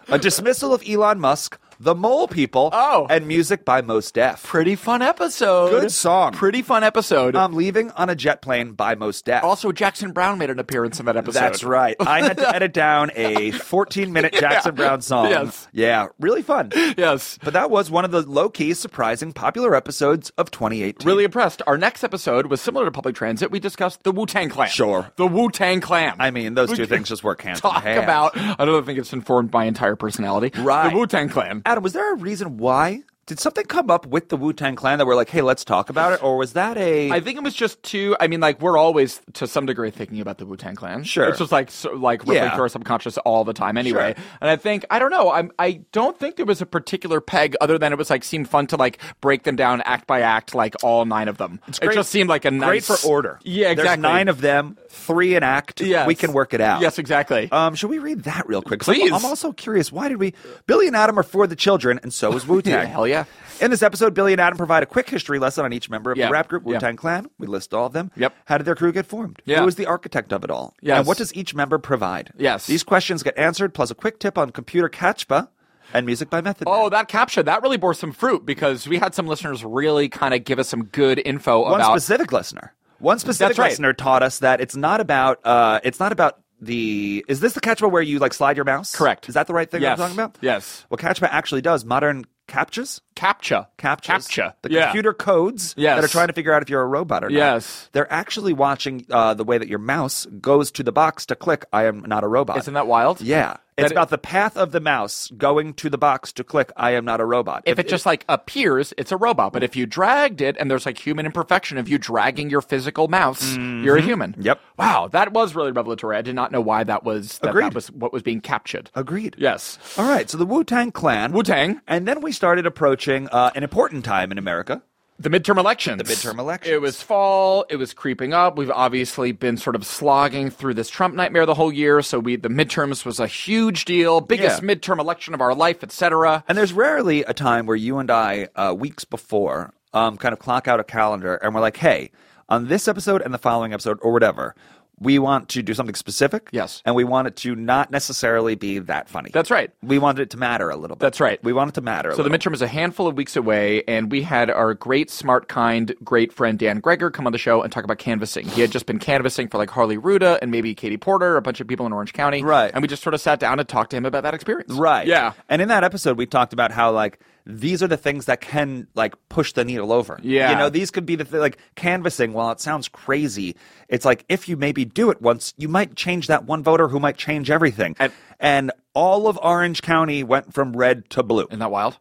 [SPEAKER 3] A dismissal of Elon Musk, the mole people,
[SPEAKER 2] Oh.
[SPEAKER 3] and music by Most Def.
[SPEAKER 2] Pretty fun episode.
[SPEAKER 3] Good song. Um,
[SPEAKER 2] Pretty fun episode.
[SPEAKER 3] I'm leaving on a jet plane by Most Def.
[SPEAKER 2] also, Jackson Brown made an appearance in that episode.
[SPEAKER 3] That's right. I had to edit down a 14 minute Jackson Brown song.
[SPEAKER 2] Yes.
[SPEAKER 3] Yeah, really fun.
[SPEAKER 2] Yes.
[SPEAKER 3] But that was one of the low key, surprising, popular episodes of 2018.
[SPEAKER 2] Really impressed. Our next episode was similar to public transit. We discussed the Wu Tang Clan.
[SPEAKER 3] Sure.
[SPEAKER 2] The Wu Tang Clan.
[SPEAKER 3] I mean, those two things just work hand
[SPEAKER 2] Talk
[SPEAKER 3] in hand.
[SPEAKER 2] about. I don't think it's informed my entire personality.
[SPEAKER 3] Right.
[SPEAKER 2] The Wu Tang Clan.
[SPEAKER 3] Adam, was there a reason why? Did something come up with the Wu Tang Clan that we're like, hey, let's talk about it? Or was that a?
[SPEAKER 2] I think it was just too. I mean, like we're always to some degree thinking about the Wu Tang Clan.
[SPEAKER 3] Sure.
[SPEAKER 2] it's just like so, like rippling
[SPEAKER 3] Yeah.
[SPEAKER 2] through our subconscious all the time anyway.
[SPEAKER 3] Sure.
[SPEAKER 2] And I think I don't know. I'm I don't think there was a particular peg other than it was like seemed fun to like break them down act by act, like all nine of them.
[SPEAKER 3] great-
[SPEAKER 2] it just seemed like a
[SPEAKER 3] great
[SPEAKER 2] nice
[SPEAKER 3] for order.
[SPEAKER 2] Yeah, exactly.
[SPEAKER 3] There's nine of them, three in act.
[SPEAKER 2] Yes.
[SPEAKER 3] We can work it out.
[SPEAKER 2] Yes, exactly.
[SPEAKER 3] Um, should we read that real quick? 'Cause I'm-
[SPEAKER 2] Please.
[SPEAKER 3] I'm also curious. Why did we? Billy and Adam are for the children, and so is Wu Tang.
[SPEAKER 2] Yeah, hell yeah.
[SPEAKER 3] In this episode, Billy and Adam provide a quick history lesson on each member of
[SPEAKER 2] Yeah,
[SPEAKER 3] the rap group Wu
[SPEAKER 2] yeah.
[SPEAKER 3] Tang Clan. We list all of them.
[SPEAKER 2] Yep.
[SPEAKER 3] How did their crew get formed?
[SPEAKER 2] Yeah.
[SPEAKER 3] Who was the architect of it all?
[SPEAKER 2] Yes.
[SPEAKER 3] And what does each member provide?
[SPEAKER 2] Yes.
[SPEAKER 3] These questions get answered, plus a quick tip on computer catchpa and music by Method. Man.
[SPEAKER 2] Oh, that captcha, that really bore some fruit because we had some listeners really kind of give us some good info
[SPEAKER 3] one
[SPEAKER 2] about
[SPEAKER 3] specific listener. One specific
[SPEAKER 2] That's right.
[SPEAKER 3] listener taught us that it's not about uh, it's not about the is this the catchpa where you like slide your mouse?
[SPEAKER 2] Correct.
[SPEAKER 3] Is that the right thing
[SPEAKER 2] Yes.
[SPEAKER 3] I'm talking about?
[SPEAKER 2] Yes.
[SPEAKER 3] What catchpa actually does, modern captchas,
[SPEAKER 2] captcha.
[SPEAKER 3] captchas,
[SPEAKER 2] Captcha.
[SPEAKER 3] the
[SPEAKER 2] yeah.
[SPEAKER 3] computer codes
[SPEAKER 2] Yes.
[SPEAKER 3] that are trying to figure out if you're a robot or not.
[SPEAKER 2] Yes.
[SPEAKER 3] They're actually watching uh, the way that your mouse goes to the box to click. I am not a robot.
[SPEAKER 2] Isn't that wild?
[SPEAKER 3] Yeah. It's
[SPEAKER 2] That-
[SPEAKER 3] about the path of the mouse going to the box to click I am not a robot.
[SPEAKER 2] if it just like appears, it's a robot. But if you dragged it, and there's like human imperfection of you dragging your physical mouse, you're a human.
[SPEAKER 3] Mm-hmm. Yep.
[SPEAKER 2] Wow, that was really revelatory. I did not know why that was that,
[SPEAKER 3] Agreed.
[SPEAKER 2] that was what was being captured.
[SPEAKER 3] Agreed.
[SPEAKER 2] Yes.
[SPEAKER 3] All right, so the Wu Tang Clan.
[SPEAKER 2] Wu-Tang.
[SPEAKER 3] And then we started approaching uh, an important time in America.
[SPEAKER 2] The midterm elections. The
[SPEAKER 3] midterm elections.
[SPEAKER 2] It was fall. It was creeping up. We've obviously been sort of slogging through this Trump nightmare the whole year. So we the midterms was a huge deal, biggest
[SPEAKER 3] Yeah.
[SPEAKER 2] midterm election of our life, etc.
[SPEAKER 3] And there's rarely a time where you and I, uh, weeks before, um, kind of clock out a calendar and we're like, hey, on this episode and the following episode or whatever, we want to do something specific.
[SPEAKER 2] Yes.
[SPEAKER 3] And we want it to not necessarily be that funny.
[SPEAKER 2] That's right.
[SPEAKER 3] We wanted it to matter a little bit.
[SPEAKER 2] That's right.
[SPEAKER 3] We want it to matter a
[SPEAKER 2] So the
[SPEAKER 3] little.
[SPEAKER 2] midterm is a handful of weeks away, and we had our great, smart, kind, great friend Dan Greger come on the show and talk about canvassing. He had just been canvassing for like Harley Ruda and maybe Katie Porter, a bunch of people in Orange County,
[SPEAKER 3] Right.
[SPEAKER 2] And we just sort of sat down and talked to him about that experience,
[SPEAKER 3] Right.
[SPEAKER 2] Yeah,
[SPEAKER 3] And in that episode, we talked about how like these are the things that can like push the needle over.
[SPEAKER 2] Yeah.
[SPEAKER 3] You know, these could be the th- like canvassing. While it sounds crazy, it's like if you maybe do it once, you might change that one voter who might change everything.
[SPEAKER 2] And-
[SPEAKER 3] and all of Orange County went from red to blue.
[SPEAKER 2] isn't that wild?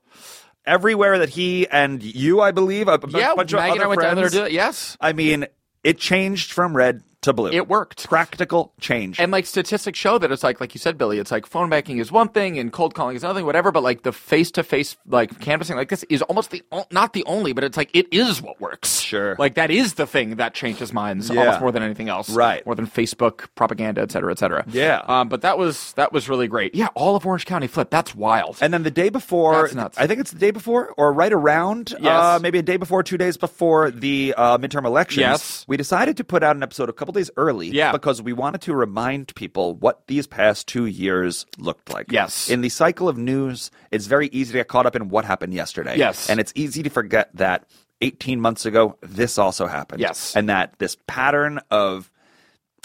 [SPEAKER 3] Everywhere that he and you, I believe, a, b-
[SPEAKER 2] yeah,
[SPEAKER 3] bunch
[SPEAKER 2] Maggie
[SPEAKER 3] of
[SPEAKER 2] and I
[SPEAKER 3] other
[SPEAKER 2] went down
[SPEAKER 3] friends.
[SPEAKER 2] there to do it. Yes,
[SPEAKER 3] I mean, it changed from red to blue.
[SPEAKER 2] it worked.
[SPEAKER 3] Practical change.
[SPEAKER 2] And like statistics show that it's like like you said, Billy, it's like phone banking is one thing and cold calling is another thing, whatever. But like the face to face like canvassing like this is almost the o- not the only, but it's like it is what works.
[SPEAKER 3] Sure.
[SPEAKER 2] like that is the thing that changes minds
[SPEAKER 3] Yeah.
[SPEAKER 2] almost more than anything else.
[SPEAKER 3] Right.
[SPEAKER 2] more than Facebook propaganda, et cetera, et cetera.
[SPEAKER 3] Yeah.
[SPEAKER 2] Um, but that was that was really great. Yeah, all of Orange County flipped. That's wild.
[SPEAKER 3] And then the day before,
[SPEAKER 2] That's nuts.
[SPEAKER 3] I think it's the day before or right around,
[SPEAKER 2] Yes.
[SPEAKER 3] uh, maybe a day before, two days before the uh, midterm elections.
[SPEAKER 2] Yes.
[SPEAKER 3] We decided to put out an episode a couple days early
[SPEAKER 2] Yeah.
[SPEAKER 3] because we wanted to remind people what these past two years looked like.
[SPEAKER 2] Yes.
[SPEAKER 3] In the cycle of news, it's very easy to get caught up in what happened yesterday.
[SPEAKER 2] Yes.
[SPEAKER 3] And it's easy to forget that 18 months ago, this also happened.
[SPEAKER 2] Yes.
[SPEAKER 3] And that this pattern of,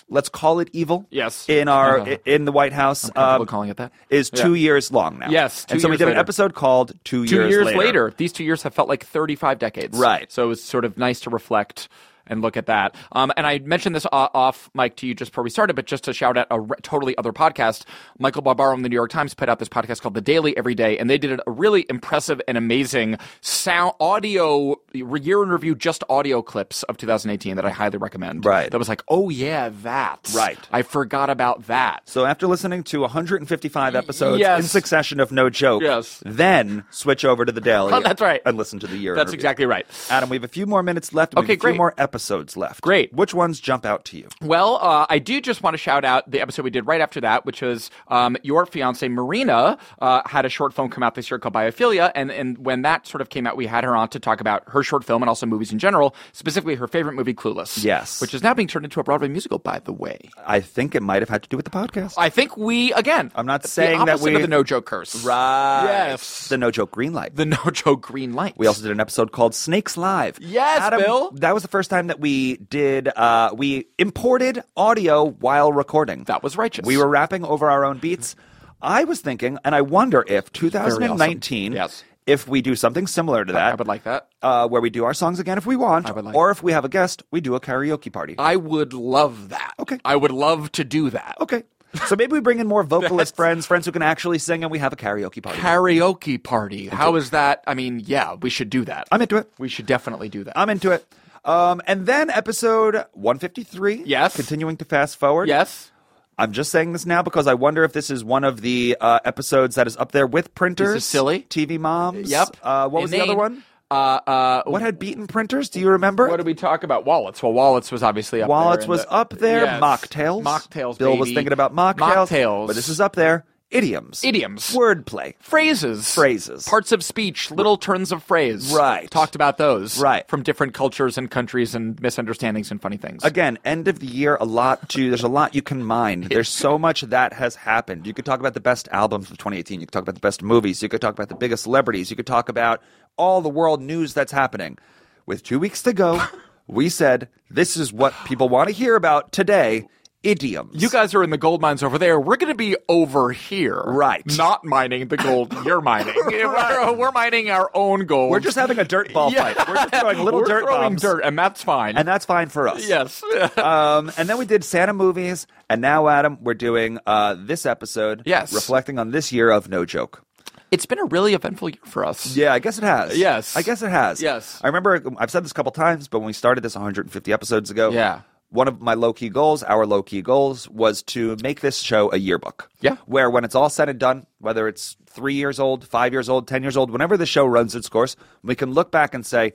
[SPEAKER 3] let's call it evil.
[SPEAKER 2] Yes. Uh-huh.
[SPEAKER 3] In our, in the White House.
[SPEAKER 2] comfortable
[SPEAKER 3] um,
[SPEAKER 2] calling it that.
[SPEAKER 3] Is
[SPEAKER 2] Yeah.
[SPEAKER 3] two years long now.
[SPEAKER 2] Yes, two
[SPEAKER 3] And so we
[SPEAKER 2] years
[SPEAKER 3] did an
[SPEAKER 2] later.
[SPEAKER 3] episode called Two,
[SPEAKER 2] two years, later.
[SPEAKER 3] later.
[SPEAKER 2] These two years have felt like 35 decades.
[SPEAKER 3] Right.
[SPEAKER 2] So it was sort of nice to reflect and look at that. Um, and I mentioned this o- off mic to you just before we started, but just to shout out a re- totally other podcast, Michael Barbaro from the New York Times put out this podcast called The Daily Every Day, and they did a really impressive and amazing sound audio year in review, just audio clips of 2018 that I highly recommend.
[SPEAKER 3] Right.
[SPEAKER 2] That was like, oh yeah, that.
[SPEAKER 3] Right.
[SPEAKER 2] I forgot about that.
[SPEAKER 3] So after listening to 155 episodes
[SPEAKER 2] yes.
[SPEAKER 3] in succession of No Joke,
[SPEAKER 2] Yes.
[SPEAKER 3] then switch over to the Daily.
[SPEAKER 2] Oh, that's right.
[SPEAKER 3] And listen to the year. in
[SPEAKER 2] That's
[SPEAKER 3] review.
[SPEAKER 2] exactly right.
[SPEAKER 3] Adam, we have a few more minutes left. and we
[SPEAKER 2] Okay,
[SPEAKER 3] have a
[SPEAKER 2] great.
[SPEAKER 3] Few more episodes left.
[SPEAKER 2] Great.
[SPEAKER 3] Which ones jump out to you?
[SPEAKER 2] Well, uh, I do just want to shout out the episode we did right after that, which was um, your fiance Marina uh, had a short film come out this year called Biophilia, and and when that sort of came out, we had her on to talk about her short film and also movies in general, specifically her favorite movie Clueless.
[SPEAKER 3] Yes.
[SPEAKER 2] which is now being turned into a Broadway musical, by the way.
[SPEAKER 3] I think it might have had to do with the podcast.
[SPEAKER 2] I think we again.
[SPEAKER 3] I'm not
[SPEAKER 2] the
[SPEAKER 3] saying that
[SPEAKER 2] opposite
[SPEAKER 3] we-
[SPEAKER 2] of the no joke curse.
[SPEAKER 3] right.
[SPEAKER 2] Yes.
[SPEAKER 3] The No Joke Green Light.
[SPEAKER 2] The no joke green light.
[SPEAKER 3] We also did an episode called Snakes Live.
[SPEAKER 2] Yes,
[SPEAKER 3] Adam,
[SPEAKER 2] Bill.
[SPEAKER 3] That was the first time that we did, uh, we imported audio while recording.
[SPEAKER 2] That was righteous.
[SPEAKER 3] We were rapping over our own beats. I was thinking, and I wonder if 2019,
[SPEAKER 2] Yes.
[SPEAKER 3] if we do something similar to that,
[SPEAKER 2] I would like that.
[SPEAKER 3] uh, where we do our songs again if we want,
[SPEAKER 2] I would like Uh,
[SPEAKER 3] or if we have a guest, we do a karaoke party.
[SPEAKER 2] I would love that.
[SPEAKER 3] Okay.
[SPEAKER 2] I would love to do that.
[SPEAKER 3] okay. So maybe we bring in more vocalist friends, friends who can actually sing, and we have a karaoke party.
[SPEAKER 2] Karaoke party. How is that? I mean, yeah, we should do that.
[SPEAKER 3] I'm into it.
[SPEAKER 2] We should definitely do that.
[SPEAKER 3] I'm into it. Um, and then episode 153.
[SPEAKER 2] Yes.
[SPEAKER 3] Continuing to fast forward.
[SPEAKER 2] yes.
[SPEAKER 3] I'm just saying this now because I wonder if this is one of the uh, episodes that is up there with printers.
[SPEAKER 2] silly.
[SPEAKER 3] TV moms.
[SPEAKER 2] Yep.
[SPEAKER 3] Uh, what was the other
[SPEAKER 2] Inane.
[SPEAKER 3] one?
[SPEAKER 2] Uh, uh,
[SPEAKER 3] What had beaten printers? Do you remember?
[SPEAKER 2] what did we talk about? Wallets. Well, wallets was obviously up
[SPEAKER 3] Wallets
[SPEAKER 2] there in
[SPEAKER 3] was
[SPEAKER 2] the-
[SPEAKER 3] up there.
[SPEAKER 2] Yes.
[SPEAKER 3] Mocktails.
[SPEAKER 2] Mocktails.
[SPEAKER 3] Bill was
[SPEAKER 2] baby.
[SPEAKER 3] thinking about mocktails.
[SPEAKER 2] Mocktails.
[SPEAKER 3] But this is up there. Idioms.
[SPEAKER 2] Idioms.
[SPEAKER 3] Wordplay.
[SPEAKER 2] phrases.
[SPEAKER 3] Phrases.
[SPEAKER 2] Parts of speech. Little turns of phrase.
[SPEAKER 3] Right.
[SPEAKER 2] Talked about those.
[SPEAKER 3] Right.
[SPEAKER 2] From different cultures and countries and misunderstandings and funny things.
[SPEAKER 3] Again, end of the year, a lot to. There's a lot you can mine. There's so much that has happened. You could talk about the best albums of 2018. You could talk about the best movies. You could talk about the biggest celebrities. You could talk about all the world news that's happening. With two weeks to go, we said this is what people want to hear about today idioms.
[SPEAKER 2] You guys are in the gold mines over there. We're going to be over here.
[SPEAKER 3] Right.
[SPEAKER 2] Not mining the gold you're mining. we're, we're mining our own gold.
[SPEAKER 3] We're just having a dirt ball
[SPEAKER 2] Yeah.
[SPEAKER 3] fight. We're just throwing little
[SPEAKER 2] We're
[SPEAKER 3] dirt
[SPEAKER 2] throwing
[SPEAKER 3] bombs,
[SPEAKER 2] dirt, and that's fine.
[SPEAKER 3] and that's fine for us.
[SPEAKER 2] yes.
[SPEAKER 3] Um, and then we did Santa movies, and now Adam, we're doing uh, this episode.
[SPEAKER 2] Yes.
[SPEAKER 3] reflecting on this year of No Joke.
[SPEAKER 2] it's been a really eventful year for us.
[SPEAKER 3] Yeah, I guess it has.
[SPEAKER 2] Yes.
[SPEAKER 3] I guess it has.
[SPEAKER 2] Yes.
[SPEAKER 3] I remember I've said this a couple times, but when we started this 150 episodes ago,
[SPEAKER 2] Yeah.
[SPEAKER 3] one of my low key goals, our low key goals, was to make this show a yearbook.
[SPEAKER 2] Yeah.
[SPEAKER 3] Where when it's all said and done, whether it's three years old, five years old, 10 years old, whenever the show runs its course, we can look back and say,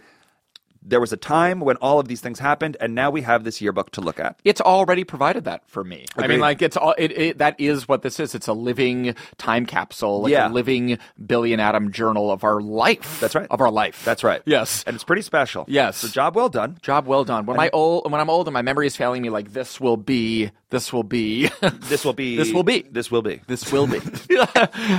[SPEAKER 3] there was a time when all of these things happened, and now we have this yearbook to look at.
[SPEAKER 2] It's already provided that for me. I
[SPEAKER 3] Agreed.
[SPEAKER 2] mean, like it's all it, it that is what this is. It's a living time capsule, like
[SPEAKER 3] Yeah.
[SPEAKER 2] a living billion atom journal of our life.
[SPEAKER 3] That's right.
[SPEAKER 2] Of our life.
[SPEAKER 3] That's right.
[SPEAKER 2] Yes.
[SPEAKER 3] And it's pretty special.
[SPEAKER 2] Yes.
[SPEAKER 3] So, job well done.
[SPEAKER 2] Job well done. When my old when I'm old and my memory is failing me, like this will be, this will be,
[SPEAKER 3] This will be.
[SPEAKER 2] This will be.
[SPEAKER 3] This will be.
[SPEAKER 2] this will be,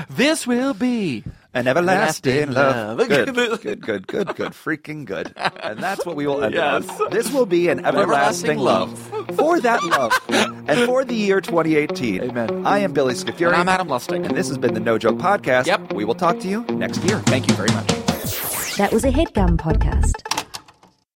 [SPEAKER 2] this will be.
[SPEAKER 3] An everlasting
[SPEAKER 2] Everlasting
[SPEAKER 3] love.
[SPEAKER 2] love.
[SPEAKER 3] Good, good, good, good, good, freaking good. And that's what we will end
[SPEAKER 2] Yes.
[SPEAKER 3] on. This will be an everlasting,
[SPEAKER 2] everlasting
[SPEAKER 3] love. For that love. and for the year 2018.
[SPEAKER 2] Amen.
[SPEAKER 3] I am Billy Scafuri.
[SPEAKER 2] And I'm Adam Lustig.
[SPEAKER 3] And this has been the No Joke Podcast.
[SPEAKER 2] Yep.
[SPEAKER 3] We will talk to you next year.
[SPEAKER 2] Thank you very much.
[SPEAKER 1] That was a headgum podcast.